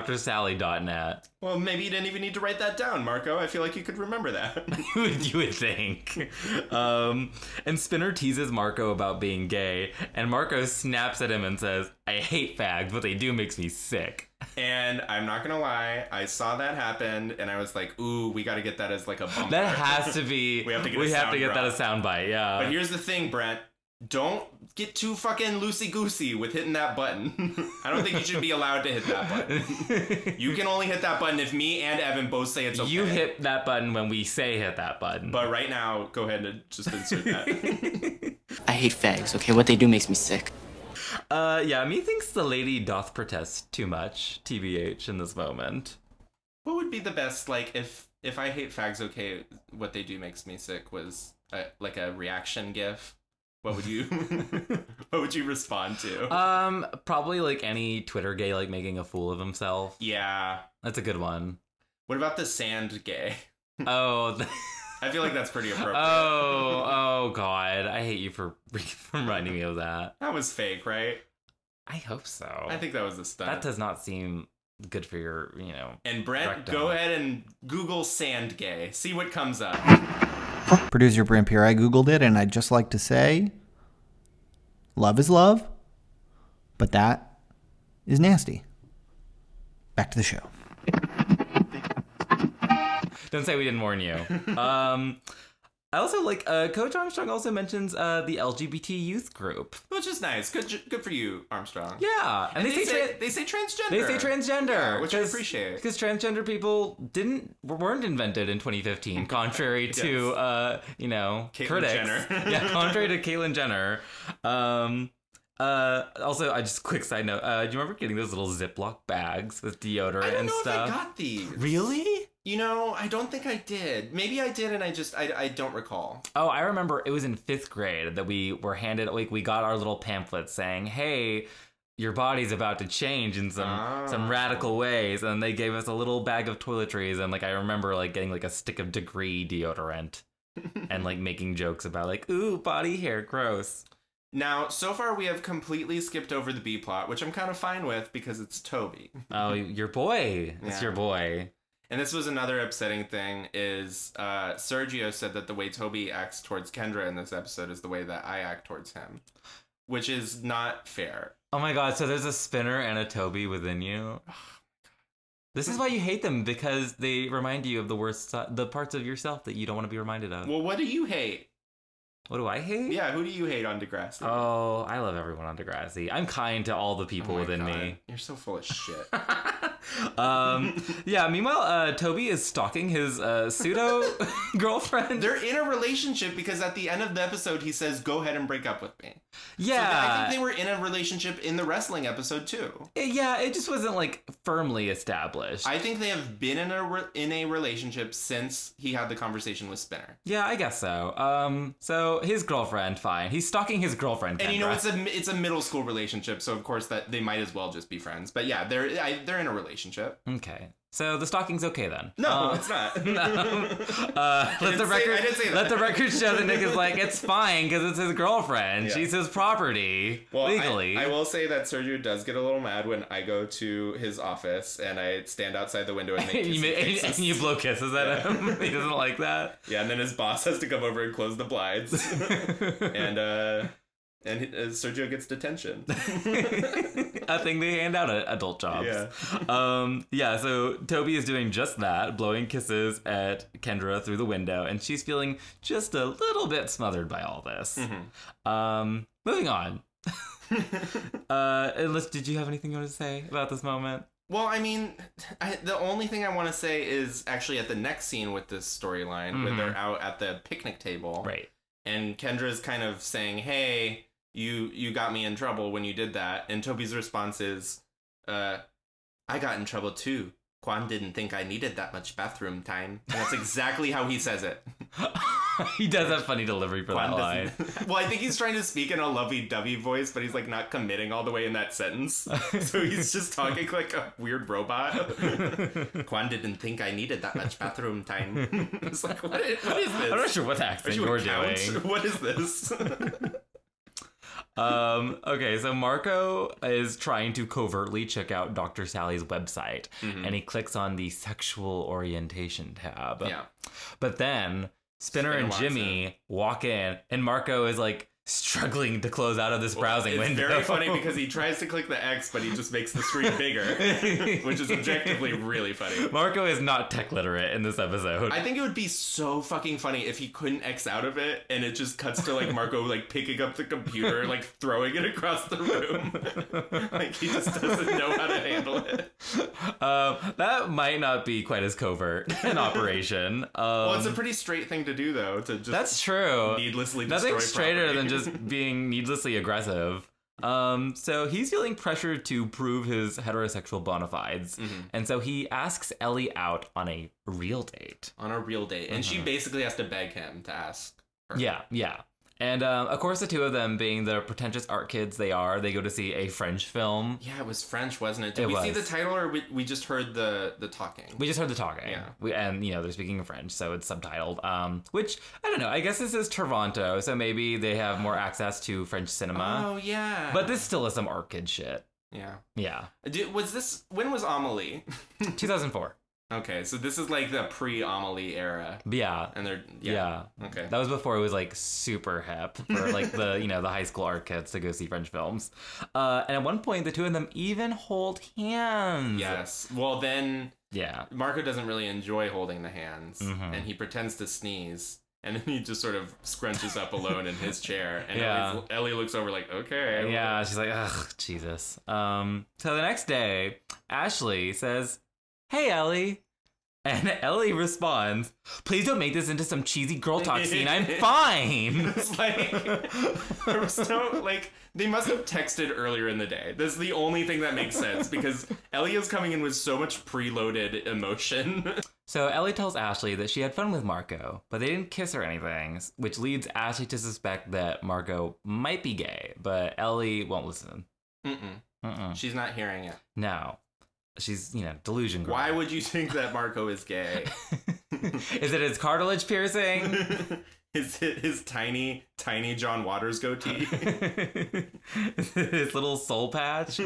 Speaker 2: www.drsally.net.
Speaker 1: Well, maybe you didn't even need to write that down, Marco. I feel like you could remember that.
Speaker 2: you would, you would think. Um, and Spinner teases Marco about being gay, and Marco snaps at him and says, I hate fags, but they do makes me sick.
Speaker 1: and I'm not gonna lie, I saw that happen, and I was like, ooh, we got to get that as like a bumper.
Speaker 2: That has to be.
Speaker 1: We have to get a sound
Speaker 2: that a
Speaker 1: drop.
Speaker 2: soundbite, yeah.
Speaker 1: But here's the thing, Brent. Don't get too fucking loosey goosey with hitting that button. I don't think you should be allowed to hit that button. You can only hit that button if me and Evan both say it's okay.
Speaker 2: You hit that button when we say hit that button.
Speaker 1: But right now, go ahead and just insert that.
Speaker 6: I hate fags, okay? What they do makes me sick.
Speaker 2: uh, yeah, me thinks the lady doth protest too much, TBH, in this moment.
Speaker 1: what would be the best, like, if if I hate fags, okay, what they do makes me sick was uh like a reaction gif. What would you What would you respond to?
Speaker 2: Um, probably like any Twitter gay, like making a fool of himself.
Speaker 1: yeah.
Speaker 2: That's a good one.
Speaker 1: What about the sand gay?
Speaker 2: Oh, th-
Speaker 1: I feel like that's pretty
Speaker 2: Uh,
Speaker 1: appropriate.
Speaker 2: oh, oh, God! I hate you for for reminding me of that.
Speaker 1: that was fake, right?
Speaker 2: I hope so.
Speaker 1: I think that was a stunt.
Speaker 2: that does not seem good for your, you know.
Speaker 1: And Brent,
Speaker 2: Correct,
Speaker 1: go
Speaker 2: Donna.
Speaker 1: ahead and Google sand gay. See what comes up.
Speaker 3: Producer Brimp here. I Googled it and I'd just like to say love is love, but that is nasty. Back to the show.
Speaker 2: Don't say we didn't warn you. um, I also like uh, Coach Armstrong also mentions uh the LGBT youth group.
Speaker 1: Which is nice. Good j- good for you, Armstrong.
Speaker 2: Yeah, and,
Speaker 1: They, say,
Speaker 2: they, say. tra-
Speaker 1: they say transgender.
Speaker 2: they say transgender,
Speaker 1: Yeah, which I appreciate.
Speaker 2: because transgender people didn't weren't invented in 2015, contrary to
Speaker 1: Yes.
Speaker 2: uh, you know
Speaker 1: Caitlyn
Speaker 2: critics.
Speaker 1: Jenner.
Speaker 2: yeah, contrary to Caitlyn Jenner. Um, Uh, also, I just quick side note. Uh, do you remember getting those little Ziploc bags with deodorant
Speaker 1: I don't
Speaker 2: and
Speaker 1: know
Speaker 2: stuff?
Speaker 1: if I got these.
Speaker 2: really?
Speaker 1: You know, I don't think I did. Maybe I did, and I just I, I don't recall.
Speaker 2: Oh, I remember it was in fifth grade that we were handed like we got our little pamphlet saying, "Hey, your body's about to change in some
Speaker 1: Ah.
Speaker 2: some radical ways," and they gave us a little bag of toiletries, and like I remember like getting like a stick of degree deodorant, and like making jokes about like, "Ooh, body hair, gross."
Speaker 1: Now, so far we have completely skipped over the B plot, which I'm kind of fine with because it's Toby.
Speaker 2: Oh, your boy, it's
Speaker 1: Yeah.
Speaker 2: your boy.
Speaker 1: And this was another upsetting thing is uh, Sergio said that the way Toby acts towards Kendra in this episode is the way that I act towards him, which is not fair.
Speaker 2: Oh my god, so there's a spinner and a Toby within you. This is why you hate them because they remind you of the worst, si- the parts of yourself that you don't want to be reminded of.
Speaker 1: Well, what do you hate?
Speaker 2: What do I hate?
Speaker 1: Yeah, who do you hate on Degrassi?
Speaker 2: Oh, I love everyone on Degrassi. I'm kind to all the people
Speaker 1: Oh my
Speaker 2: within
Speaker 1: God.
Speaker 2: me.
Speaker 1: You're so full of shit.
Speaker 2: um, yeah. Meanwhile, uh, Toby is stalking his uh, pseudo girlfriend.
Speaker 1: They're in a relationship because at the end of the episode he says, "Go ahead and break up with me." So th- I
Speaker 2: yeah,
Speaker 1: think they were in a relationship in the wrestling episode too.
Speaker 2: It- yeah. It just wasn't like firmly established.
Speaker 1: I think they have been in a re- in a relationship since he had the conversation with Spinner.
Speaker 2: yeah, I guess so. Um, so his girlfriend, fine. He's stalking his girlfriend.
Speaker 1: And you know
Speaker 2: Kendra.
Speaker 1: it's a it's a middle school relationship, so of course that they might as well just be friends. But yeah, they're I, they're in a relationship.
Speaker 2: Okay. So the stalking's okay then.
Speaker 1: No,
Speaker 2: Um,
Speaker 1: it's not.
Speaker 2: uh, let
Speaker 1: didn't
Speaker 2: the
Speaker 1: say- I
Speaker 2: record
Speaker 1: didn't say that.
Speaker 2: let the record show that Nick is like it's fine because it's his girlfriend.
Speaker 1: Yeah.
Speaker 2: She's his property
Speaker 1: Well, I-
Speaker 2: legally.
Speaker 1: I, will say that Sergio does get a little mad when I go to his office and I stand outside the window and make
Speaker 2: you,
Speaker 1: kissy
Speaker 2: ma- and,
Speaker 1: faces.
Speaker 2: and you blow kisses at
Speaker 1: Yeah.
Speaker 2: him. he doesn't like that.
Speaker 1: Yeah, and then his boss has to come over and close the blinds, and uh, and he- uh, Sergio gets detention. Mm-hmm.
Speaker 2: a thing they hand out at adult jobs.
Speaker 1: Yeah.
Speaker 2: Um, yeah, so Toby is doing just that, blowing kisses at Kendra through the window, and she's feeling just a little bit smothered by all this.
Speaker 1: Mm-hmm.
Speaker 2: Um, moving on. uh, unless, did you have anything you want to say about this moment?
Speaker 1: Well, I mean, I, the only thing I want to say is actually at the next scene with this storyline, when they're out at the picnic table,
Speaker 2: Mm-hmm. Right.
Speaker 1: and Kendra's kind of saying, "Hey, you you got me in trouble when you did that," and Toby's response is, "Uh, I got in trouble too." Quan didn't think I needed that much bathroom time. And that's exactly how he says it.
Speaker 2: he does have funny delivery for that line.
Speaker 1: well, I think he's trying to speak in a lovey-dovey voice, but he's like not committing all the way in that sentence. So he's just talking like a weird robot. Quan didn't think I needed that much bathroom time. it's like, what is, what is this?
Speaker 2: I'm not sure what
Speaker 1: Are
Speaker 2: accent
Speaker 1: you a
Speaker 2: you're
Speaker 1: count?
Speaker 2: doing.
Speaker 1: What is this?
Speaker 2: um, okay, so Marco is trying to covertly check out Dr. Sally's website,
Speaker 1: Mm-hmm.
Speaker 2: and he clicks on the sexual orientation tab.
Speaker 1: yeah.
Speaker 2: But then Spinner,
Speaker 1: Spinner
Speaker 2: and
Speaker 1: walks
Speaker 2: Jimmy walk in, and Marco is like struggling to close out of this browsing
Speaker 1: it's
Speaker 2: window.
Speaker 1: very funny because he tries to click the X, but he just makes the screen bigger, which is objectively really funny.
Speaker 2: Marco is not tech literate in this episode.
Speaker 1: I think it would be so fucking funny if he couldn't X out of it and it just cuts to like Marco like picking up the computer, like throwing it across the room. like he just doesn't know how to handle it.
Speaker 2: um, that might not be quite as covert an operation. Um,
Speaker 1: Well, it's a pretty straight thing to do though, to just
Speaker 2: that's true.
Speaker 1: needlessly
Speaker 2: Nothing
Speaker 1: destroy
Speaker 2: straighter
Speaker 1: property.
Speaker 2: than just being needlessly aggressive. Um, so he's feeling pressure to prove his heterosexual bona fides,
Speaker 1: Mm-hmm.
Speaker 2: and so he asks Ellie out on a real date.
Speaker 1: on a real date. And she basically has to beg him to ask. her.
Speaker 2: Yeah, yeah. And um, of course, the two of them, being the pretentious art kids they are, they go to see a French film.
Speaker 1: Yeah, it was French, wasn't it? Did
Speaker 2: It
Speaker 1: we see
Speaker 2: was.
Speaker 1: the title or we, we just heard the the talking?
Speaker 2: We just heard the talking,
Speaker 1: Yeah.
Speaker 2: we, and you know they're speaking in French, so it's subtitled. Um, which I don't know. I guess this is Toronto, so maybe they have more access to French cinema.
Speaker 1: oh yeah.
Speaker 2: But this still is some art kid shit.
Speaker 1: Yeah.
Speaker 2: Yeah,
Speaker 1: Did, was this when was Amelie?
Speaker 2: 2004.
Speaker 1: Okay, so this is like the pre-Amelie era,
Speaker 2: Yeah,
Speaker 1: and they're yeah.
Speaker 2: Yeah.
Speaker 1: Okay.
Speaker 2: That was before it was like super hip for like the you know the high school art kids to go see French films. Uh, and at one point, the two of them even hold hands.
Speaker 1: yes. Well, then
Speaker 2: Yeah.
Speaker 1: Marco doesn't really enjoy holding the hands,
Speaker 2: Mhm.
Speaker 1: and he pretends to sneeze, and then he just sort of scrunches up alone in his chair, and
Speaker 2: Yeah.
Speaker 1: Ellie's- Ellie looks over like, okay,
Speaker 2: Yeah, she's like, ugh, Jesus. Um, so the next day, Ashley says, Hey, Ellie, And Ellie responds, Please don't make this into some cheesy girl talk scene. I'm fine.
Speaker 1: It's like there was no like they must have texted earlier in the day. This is the only thing that makes sense because Ellie is coming in with so much preloaded emotion.
Speaker 2: So Ellie tells Ashley that she had fun with Marco, but they didn't kiss or anything, which leads Ashley to suspect that Marco might be gay, but Ellie won't listen.
Speaker 1: Mm-mm.
Speaker 2: Mm-mm.
Speaker 1: She's not hearing it.
Speaker 2: No. She's, you know, delusion girl.
Speaker 1: Why would you think that Marco is gay?
Speaker 2: Is it his cartilage piercing?
Speaker 1: is it his tiny, tiny John Waters goatee?
Speaker 2: his little soul patch?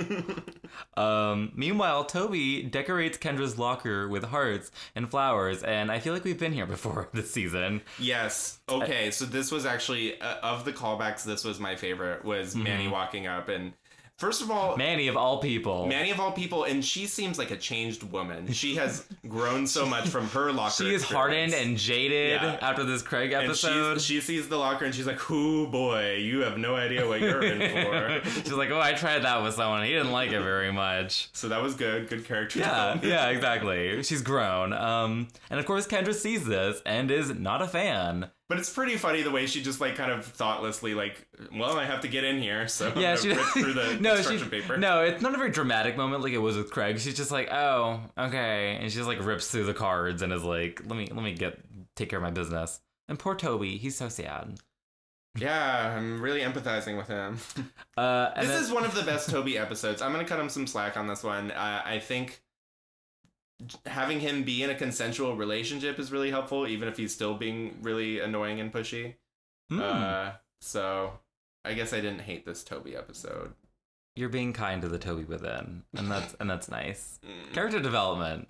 Speaker 2: um, meanwhile, Toby decorates Kendra's locker with hearts and flowers, and I feel like we've been here before this season.
Speaker 1: yes. Okay. So this was actually uh, of the callbacks. This was my favorite. Was
Speaker 2: Mm-hmm.
Speaker 1: Manny walking up and first of all,
Speaker 2: Manny, of all people.
Speaker 1: Manny of all people, and she seems like a changed woman. She has grown so much from her locker.
Speaker 2: She is hardened
Speaker 1: experience.
Speaker 2: and jaded
Speaker 1: Yeah.
Speaker 2: after this Craig
Speaker 1: And
Speaker 2: episode.
Speaker 1: she's, she sees the locker and she's like, "Ooh, boy, you have no idea what you're in for."
Speaker 2: She's like, oh, I tried that with someone. He didn't like it very much.
Speaker 1: so that was good. Good character.
Speaker 2: Yeah,
Speaker 1: development.
Speaker 2: yeah, exactly. She's grown. Um, and of course, Kendra sees this and is not a fan.
Speaker 1: But it's pretty funny the way she just like kind of thoughtlessly like, well, I have to get in here, so
Speaker 2: Yeah,
Speaker 1: I'm
Speaker 2: she
Speaker 1: gonna rip through the
Speaker 2: no, she
Speaker 1: construction paper.
Speaker 2: no. It's not a very dramatic moment like it was with Craig. She's just like, oh, okay, and she just like rips through the cards and is like, let me let me get take care of my business. And poor Toby, he's so sad.
Speaker 1: Yeah, I'm really empathizing with him.
Speaker 2: Uh, and
Speaker 1: this
Speaker 2: then-
Speaker 1: is one of the best Toby episodes. I'm gonna cut him some slack on this one. Uh, I think having him be in a consensual relationship is really helpful, even if he's still being really annoying and pushy.
Speaker 2: Hmm,
Speaker 1: Uh, so I guess I didn't hate this Toby episode.
Speaker 2: you're being kind to the Toby within, and that's and that's nice.
Speaker 1: Mm,
Speaker 2: Character development.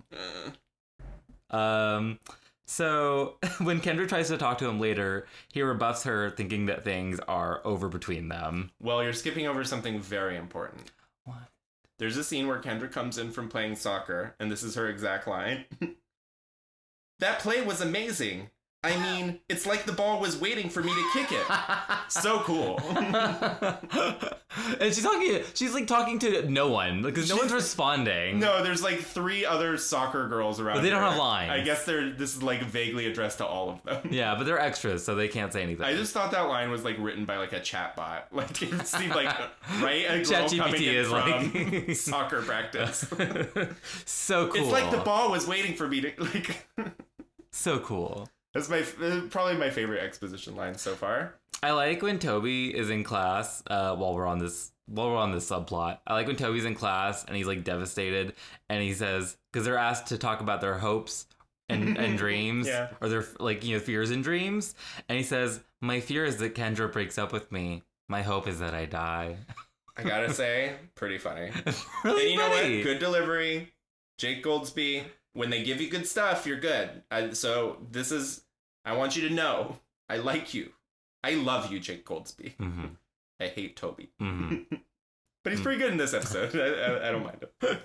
Speaker 1: uh,
Speaker 2: Um, so when Kendra tries to talk to him later, he rebuffs her, thinking that things are over between them.
Speaker 1: Well, you're skipping over something very important.
Speaker 2: What?
Speaker 1: There's a scene where Kendra comes in from playing soccer, and this is her exact line. that play was amazing. I mean, it's like the ball was waiting for me to kick it. So cool.
Speaker 2: and she's talking. She's like talking to no one because no one's responding.
Speaker 1: No, there's like three other soccer girls around.
Speaker 2: But they don't
Speaker 1: her.
Speaker 2: have lines.
Speaker 1: I guess they're this is like vaguely addressed to all of them.
Speaker 2: Yeah, but they're extras, so they can't say anything.
Speaker 1: I just thought that line was like written by like a chat bot. Like it seemed like right a girl
Speaker 2: ChatGPT
Speaker 1: coming in
Speaker 2: is
Speaker 1: from
Speaker 2: like-
Speaker 1: soccer practice.
Speaker 2: so cool.
Speaker 1: It's like the ball was waiting for me to like.
Speaker 2: So cool.
Speaker 1: That's my uh, probably my favorite exposition line so far.
Speaker 2: I like when Toby is in class. Uh, while we're on this, while we're on this subplot, I like when Toby's in class and he's like devastated, and he says because they're asked to talk about their hopes and and dreams,
Speaker 1: Yeah.
Speaker 2: or their like you know fears and dreams, and he says, "My fear is that Kendra breaks up with me. My hope is that I die."
Speaker 1: I gotta say, pretty funny.
Speaker 2: really
Speaker 1: and you know what?
Speaker 2: funny.
Speaker 1: Good delivery, Jake Goldsby. When they give you good stuff, you're good. I, so this is. I want you to know, I like you. I love you, Jake Goldsby.
Speaker 2: Mhm,
Speaker 1: I hate Toby,
Speaker 2: mhm.
Speaker 1: but he's pretty good in this episode. I, I, I don't mind him.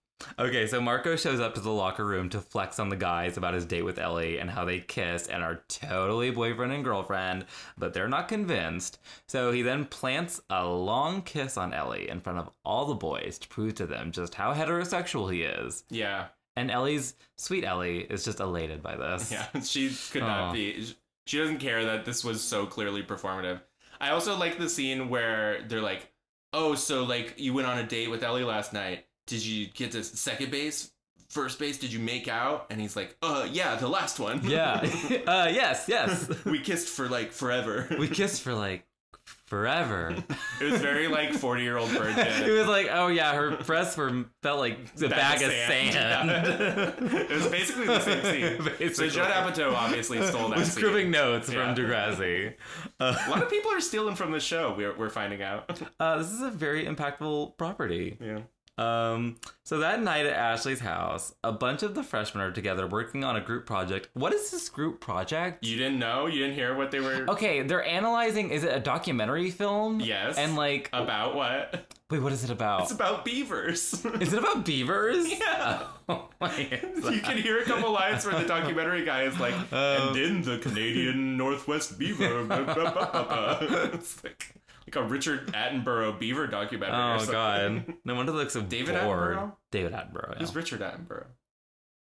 Speaker 2: okay, so Marco shows up to the locker room to flex on the guys about his date with Ellie and how they kissed and are totally boyfriend and girlfriend, but they're not convinced. So he then plants a long kiss on Ellie in front of all the boys to prove to them just how heterosexual he is.
Speaker 1: yeah,
Speaker 2: And Ellie's sweet Ellie is just elated by this.
Speaker 1: yeah. She could not
Speaker 2: Aw.
Speaker 1: be. She doesn't care that this was so clearly performative. I also like the scene where they're like, "Oh, so like you went on a date with Ellie last night? Did you get to second base, first base? Did you make out?" And he's like, "Uh, yeah, the last one.
Speaker 2: Yeah. uh, yes, yes.
Speaker 1: we kissed for like forever.
Speaker 2: We kissed for like forever.
Speaker 1: it was very like forty year old
Speaker 2: it
Speaker 1: virgin."
Speaker 2: was like, oh yeah, her breasts were felt like the bag, of sand.
Speaker 1: Yeah. it was basically the same scene. So
Speaker 2: Basically.
Speaker 1: Judd Apatow obviously stole that.
Speaker 2: was
Speaker 1: scene.
Speaker 2: scribbling notes
Speaker 1: E Yeah.
Speaker 2: from Degrassi.
Speaker 1: A lot of people are stealing from the show. We're we're finding out.
Speaker 2: Uh, this is a very impactful property.
Speaker 1: Yeah.
Speaker 2: Um, so that night at Ashley's house, a bunch of the freshmen are together working on a group project. What is this group project?
Speaker 1: You didn't know. You didn't hear what they were
Speaker 2: Okay, they're analyzing. Is it a documentary film?
Speaker 1: Yes.
Speaker 2: Oh, And like, Oh.
Speaker 1: about. What?
Speaker 2: wait, what is it about?
Speaker 1: It's about beavers.
Speaker 2: is it about beavers?
Speaker 1: yeah.
Speaker 2: Oh my
Speaker 1: You can hear a couple lines where the documentary guy is like,
Speaker 2: Oh.
Speaker 1: and then the Canadian Northwest Beaver. blah, blah, blah, blah,
Speaker 2: Oh
Speaker 1: blah." it's like, like a Richard Attenborough beaver documentary. or
Speaker 2: Oh
Speaker 1: something.
Speaker 2: god. No wonder they look so
Speaker 1: David
Speaker 2: bored.
Speaker 1: Attenborough?
Speaker 2: David Attenborough. yeah.
Speaker 1: Who's Richard Attenborough?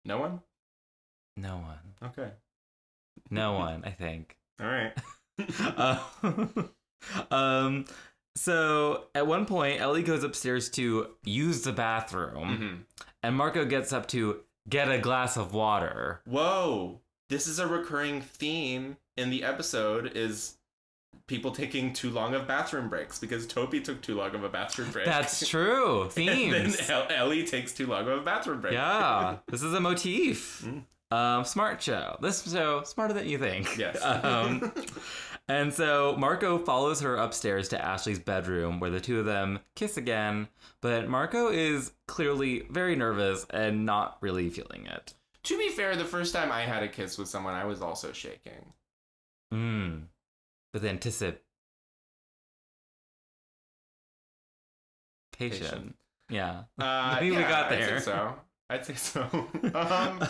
Speaker 1: No one?
Speaker 2: No one.
Speaker 1: Okay.
Speaker 2: No one, I think.
Speaker 1: All right.
Speaker 2: Uh, um, so at one point, Ellie goes upstairs to use the bathroom,
Speaker 1: Mhm.
Speaker 2: and Marco gets up to get a glass of water.
Speaker 1: Whoa. This is a recurring theme in the episode is people taking too long of bathroom breaks because Toby took too long of a bathroom break.
Speaker 2: That's true.
Speaker 1: and then
Speaker 2: Themes.
Speaker 1: El- Ellie takes too long of a bathroom break.
Speaker 2: Yeah, this is a motif.
Speaker 1: Mm.
Speaker 2: Um, smart show. This show smarter than you think.
Speaker 1: Yes.
Speaker 2: Um, and so Marco follows her upstairs to Ashley's bedroom, where the two of them kiss again. But Marco is clearly very nervous and not really feeling it.
Speaker 1: To be fair, the first time I had a kiss with someone, I was also shaking.
Speaker 2: Mm. But the anticipation.
Speaker 1: Patient.
Speaker 2: Yeah.
Speaker 1: Uh,
Speaker 2: I think we
Speaker 1: yeah,
Speaker 2: got
Speaker 1: I'd
Speaker 2: there.
Speaker 1: say so. I'd say so. um,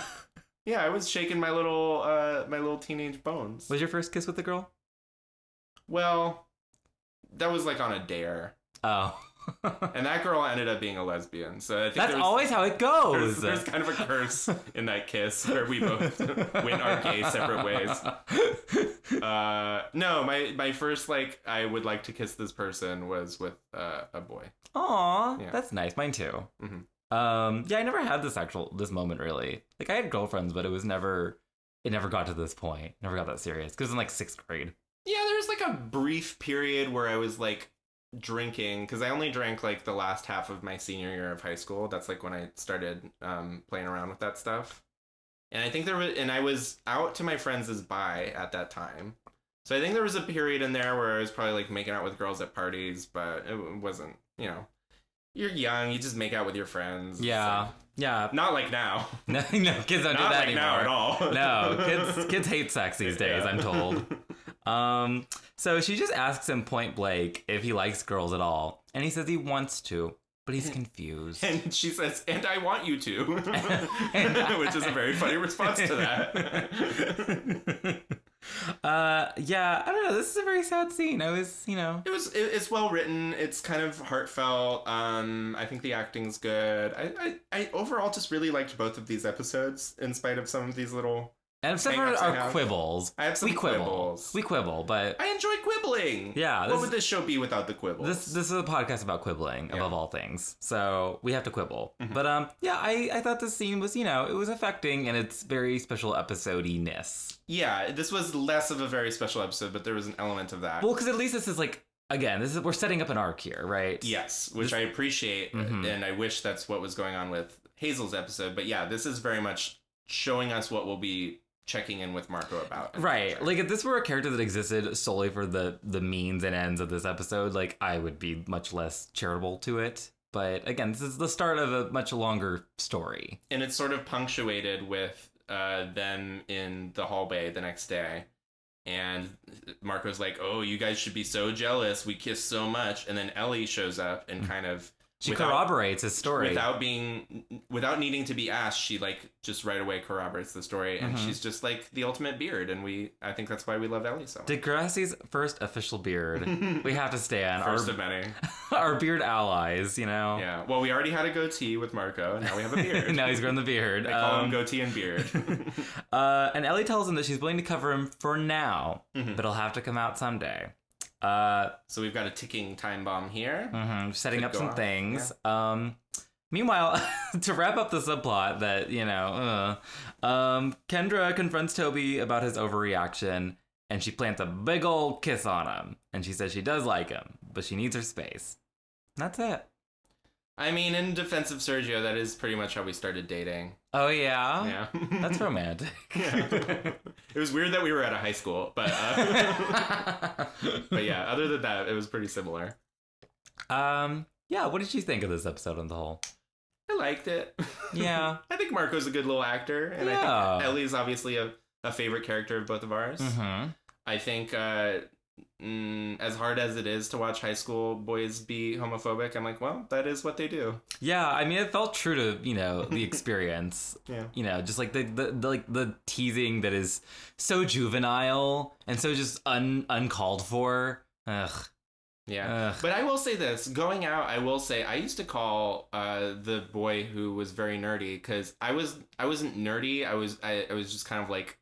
Speaker 1: yeah, I was shaking my little uh, my little teenage bones.
Speaker 2: Was your first kiss with the girl?
Speaker 1: Well, that was like on a dare,
Speaker 2: Oh.
Speaker 1: and that girl ended up being a lesbian. So I think
Speaker 2: That's
Speaker 1: there was-
Speaker 2: always how it
Speaker 1: There's,
Speaker 2: goes.
Speaker 1: there's kind of a curse in that kiss where we both went our gay separate ways. Uh, no, my my first like I would like to kiss this person was with uh, a boy.
Speaker 2: Aw,
Speaker 1: Yeah.
Speaker 2: that's nice. Mine too.
Speaker 1: Mhm.
Speaker 2: Um, yeah, I never had this actual this moment really. Like I had girlfriends, but it was never it never got to this point. Never got that serious. Because in like sixth grade.
Speaker 1: Yeah, there was like a brief period where I was like drinking because I only drank like the last half of my senior year of high school. That's like when I started um, playing around with that stuff. And I think there was, and I was out to my friends' bi at that time. So I think there was a period in there where I was probably like making out with girls at parties, but it wasn't, you know, you're young, you just make out with your friends. It's
Speaker 2: Yeah.
Speaker 1: like-
Speaker 2: Yeah.
Speaker 1: not like now.
Speaker 2: No, no, kids don't do
Speaker 1: Not
Speaker 2: that
Speaker 1: like
Speaker 2: anymore.
Speaker 1: now at all.
Speaker 2: no, kids kids hate sex these days,
Speaker 1: Yeah.
Speaker 2: I'm told. Um, so she just asks him point blank if he likes girls at all, and he says he wants to, but he's confused.
Speaker 1: And she says, and I want you to. Which is a very funny response to that.
Speaker 2: Uh, yeah, I don't know. This is a very sad scene. I was, you know,
Speaker 1: it was it, it's well written, it's kind of heartfelt. Um I think the acting's good. I, I I overall just really liked both of these episodes in spite of some of these little
Speaker 2: and except for
Speaker 1: Hang-ups I
Speaker 2: our
Speaker 1: have.
Speaker 2: quibbles,
Speaker 1: I have some
Speaker 2: we quibble,
Speaker 1: quibbles.
Speaker 2: we quibble, but
Speaker 1: I enjoy quibbling.
Speaker 2: Yeah,
Speaker 1: what
Speaker 2: this-
Speaker 1: would this show be without the quibbles?
Speaker 2: this this is a podcast about quibbling above all things, so we have to quibble.
Speaker 1: Mm-hmm.
Speaker 2: But um, yeah, I I thought this scene was, you know, it was affecting, and it's very special episodiness.
Speaker 1: yeah, this was less of a very special episode, but there was an element of that.
Speaker 2: Well, because at least this is like again, this is we're setting up an arc here, right?
Speaker 1: Yes, which I appreciate, uh,
Speaker 2: Mhm.
Speaker 1: and I wish that's what was going on with Hazel's episode. But yeah, this is very much showing us what we'll be checking in with Marco about. in the
Speaker 2: Right.
Speaker 1: future.
Speaker 2: Like if this were a character that existed solely for the the means and ends of this episode, like I would be much less charitable to it. But again, this is the start of a much longer story.
Speaker 1: and it's sort of punctuated with uh, them in the hallway the next day. And Marco's like, "Oh, you guys should be so jealous. We kissed so much." And then Ellie shows up and kind of
Speaker 2: She
Speaker 1: without-
Speaker 2: corroborates his Mm. story.
Speaker 1: without being without needing to be asked she like just right away corroborates the story and
Speaker 2: Mm-hmm.
Speaker 1: she's just like the ultimate beard and we i think that's why we love ellie so much
Speaker 2: Degrassi's first official beard. we have to stand our,
Speaker 1: first of many
Speaker 2: our beard allies, you know.
Speaker 1: yeah well we already had a goatee with marco and now we have a beard
Speaker 2: Oh. now he's grown the beard.
Speaker 1: they call him
Speaker 2: Um,
Speaker 1: goatee and beard
Speaker 2: Uh, and Ellie tells him that she's willing to cover him for now,
Speaker 1: Mhm.
Speaker 2: but he'll have to come out someday. Uh,
Speaker 1: so we've got a ticking time bomb here
Speaker 2: hmm setting
Speaker 1: Could
Speaker 2: up
Speaker 1: go
Speaker 2: some
Speaker 1: on,
Speaker 2: things. Um, meanwhile, to wrap up the subplot that you know, uh, um, Kendra confronts Toby about his overreaction, and she plants a big old kiss on him, and she says she does like him, but she needs her space. And that's it.
Speaker 1: i mean in defense of sergio that is pretty much how we started dating
Speaker 2: Oh yeah,
Speaker 1: yeah
Speaker 2: that's romantic.
Speaker 1: it was weird that we were at a high school but uh, but yeah other than that it was pretty similar
Speaker 2: um, yeah. What did you think of this episode on the whole?
Speaker 1: i liked it
Speaker 2: Yeah.
Speaker 1: I think Marco's a good little actor, and I
Speaker 2: Yeah.
Speaker 1: think Ellie's obviously a, a favorite character of both of ours.
Speaker 2: Mm-hmm.
Speaker 1: I think, uh, mm, as hard as it is to watch high school boys be homophobic, I'm like, well, that is what they do.
Speaker 2: Yeah, I mean, it felt true to you know the experience.
Speaker 1: Yeah.
Speaker 2: You know, just like the, the, the like the teasing that is so juvenile and so just un uncalled for. Ugh.
Speaker 1: Yeah.
Speaker 2: Ugh.
Speaker 1: But I will say this going out, I will say I used to call uh, the boy who was very nerdy because I was I wasn't nerdy. I was I, I was just kind of like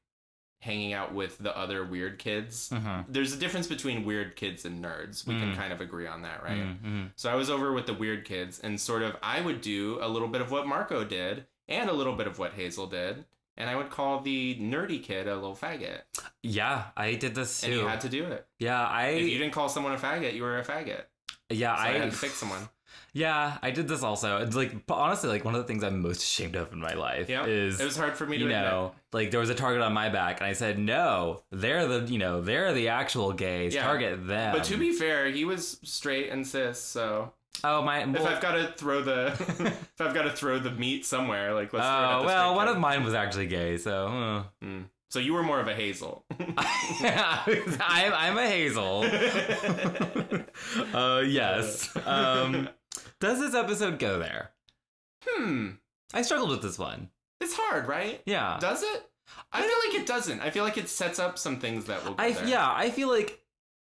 Speaker 1: hanging out with the other weird kids.
Speaker 2: Uh-huh.
Speaker 1: There's a difference between weird kids and nerds. We can
Speaker 2: Mm.
Speaker 1: kind of agree on that, right?
Speaker 2: Mm-hmm.
Speaker 1: So I was over with the weird kids and sort of I would do a little bit of what Marco did and a little bit of what Hazel did. And I would call the nerdy kid a little faggot.
Speaker 2: Yeah, I did this
Speaker 1: And
Speaker 2: too.
Speaker 1: you had to do it.
Speaker 2: yeah, I.
Speaker 1: If you didn't call someone a faggot, you were a faggot.
Speaker 2: yeah,
Speaker 1: So I,
Speaker 2: I.
Speaker 1: had to pick someone.
Speaker 2: Yeah, I did this also. It's like but honestly, like one of the things I'm most ashamed of in my life
Speaker 1: Yeah.
Speaker 2: is
Speaker 1: it was hard for me to
Speaker 2: you know, like there was a target on my back, and I said no. They're the you know they're the actual gays.
Speaker 1: Yeah.
Speaker 2: Target them.
Speaker 1: admit. But to be fair, he was straight and cis, so
Speaker 2: oh my well,
Speaker 1: if I've got to throw the if I've got to throw the meat somewhere, like let's. throw it at
Speaker 2: oh
Speaker 1: the
Speaker 2: well,
Speaker 1: straight
Speaker 2: one
Speaker 1: kid.
Speaker 2: of mine was actually gay, so. uh.
Speaker 1: Mm. So you were more of a hazel.
Speaker 2: I'm, I'm a hazel. uh, yes. Um, does this episode go there?
Speaker 1: hmm,
Speaker 2: I struggled with this one.
Speaker 1: it's hard, right?
Speaker 2: Yeah.
Speaker 1: Does it? I feel like it doesn't. I feel like it sets up some things that will. Go
Speaker 2: I
Speaker 1: there.
Speaker 2: yeah, I feel like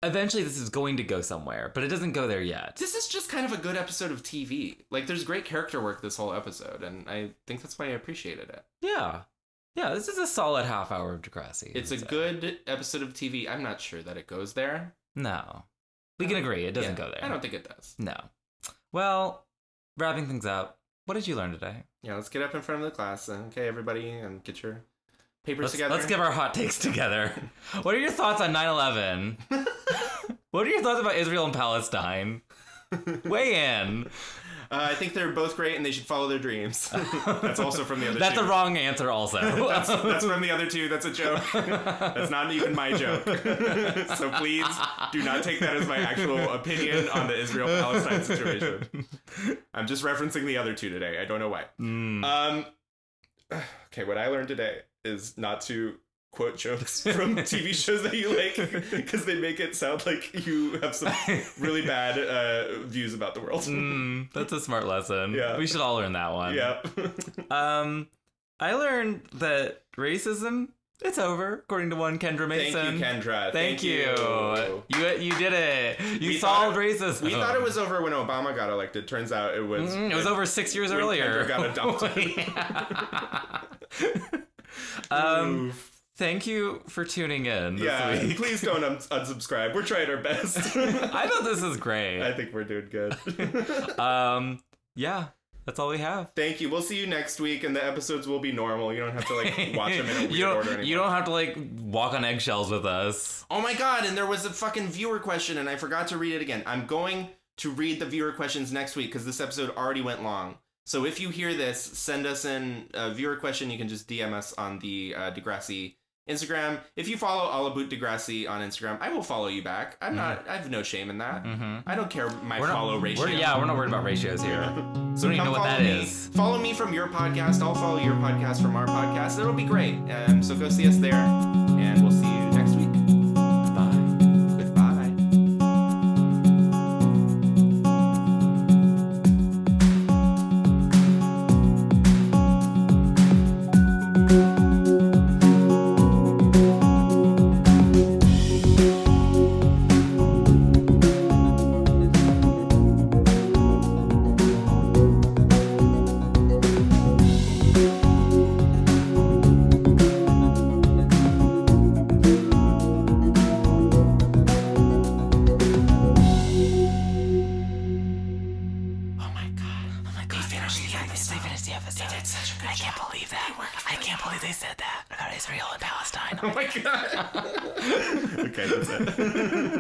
Speaker 2: eventually this is going to go somewhere, but it doesn't go there yet.
Speaker 1: This is just kind of a good episode of TV. Like, there's great character work this whole episode, and I think that's why I appreciated it.
Speaker 2: Yeah. Yeah, this is a solid half hour of Degrassi.
Speaker 1: It's a
Speaker 2: So-
Speaker 1: good episode of TV. I'm not sure that it goes there.
Speaker 2: No. We can agree it doesn't
Speaker 1: Yeah,
Speaker 2: go there.
Speaker 1: I don't think it does.
Speaker 2: No. Well, wrapping things up, what did you learn today?
Speaker 1: Yeah, let's get up in front of the class. and- Okay, everybody, and get your papers
Speaker 2: Let's,
Speaker 1: together.
Speaker 2: let's give our hot takes together. what are your thoughts on 9/11? what are your thoughts about Israel and Palestine? Weigh in.
Speaker 1: Uh, I think they're both great, and they should follow their dreams. that's also from the other.
Speaker 2: That's
Speaker 1: two.
Speaker 2: a wrong answer also.
Speaker 1: That's, that's from the other two. That's a joke. That's not even my joke. so please do not take that as my actual opinion on the Israel Palestine situation. I'm just referencing the other two today. I don't know why.
Speaker 2: Hmm.
Speaker 1: Um, okay, what I learned today is not to quote jokes from TV shows that you like because they make it sound like you have some really bad uh, views about the world.
Speaker 2: Mm, that's a smart lesson.
Speaker 1: Yeah.
Speaker 2: We should all learn that one.
Speaker 1: Yeah.
Speaker 2: Um, I learned that racism it's over, according to one Kendra
Speaker 1: Thank
Speaker 2: Mason.
Speaker 1: you, Kendra.
Speaker 2: Thank you. You you did it. You
Speaker 1: We
Speaker 2: solved
Speaker 1: thought-
Speaker 2: racism.
Speaker 1: We thought it was over when Obama got elected. Turns out it was.
Speaker 2: Mm, Uh-huh. it was over six years
Speaker 1: when
Speaker 2: earlier.
Speaker 1: Kendra got adopted.
Speaker 2: um,
Speaker 1: Oof.
Speaker 2: thank you for tuning in. This
Speaker 1: yeah,
Speaker 2: Week.
Speaker 1: please don't un- unsubscribe. We're trying our best.
Speaker 2: I thought this is
Speaker 1: I
Speaker 2: great.
Speaker 1: think we're doing good.
Speaker 2: Um, yeah, that's all we have.
Speaker 1: Thank you. We'll see you next week, and the episodes will be normal. You don't have to like watch them in a weird
Speaker 2: you,
Speaker 1: order
Speaker 2: don't,
Speaker 1: anymore.
Speaker 2: you don't have to like walk on eggshells with us.
Speaker 1: Oh my god! And there was a fucking viewer question, and I forgot to read it again. I'm going to read the viewer questions next week because this episode already went long. So if you hear this, send us in a viewer question. You can just DM us on the uh, Degrassi Instagram. If you follow all about Degrassi on Instagram, I will follow you back. I'm not. I have no shame in that. I don't care my
Speaker 2: Mm-hmm. We're not-
Speaker 1: follow ratio.
Speaker 2: We're, yeah, we're not worried about ratios here. So we don't even
Speaker 1: Come
Speaker 2: know what that
Speaker 1: follow me.
Speaker 2: is.
Speaker 1: Follow me from your podcast. I'll follow your podcast from our podcast. It'll be great. Um, so go see us there, and we'll see you next week. Goodbye. Goodbye. Oh my god. okay, that's it.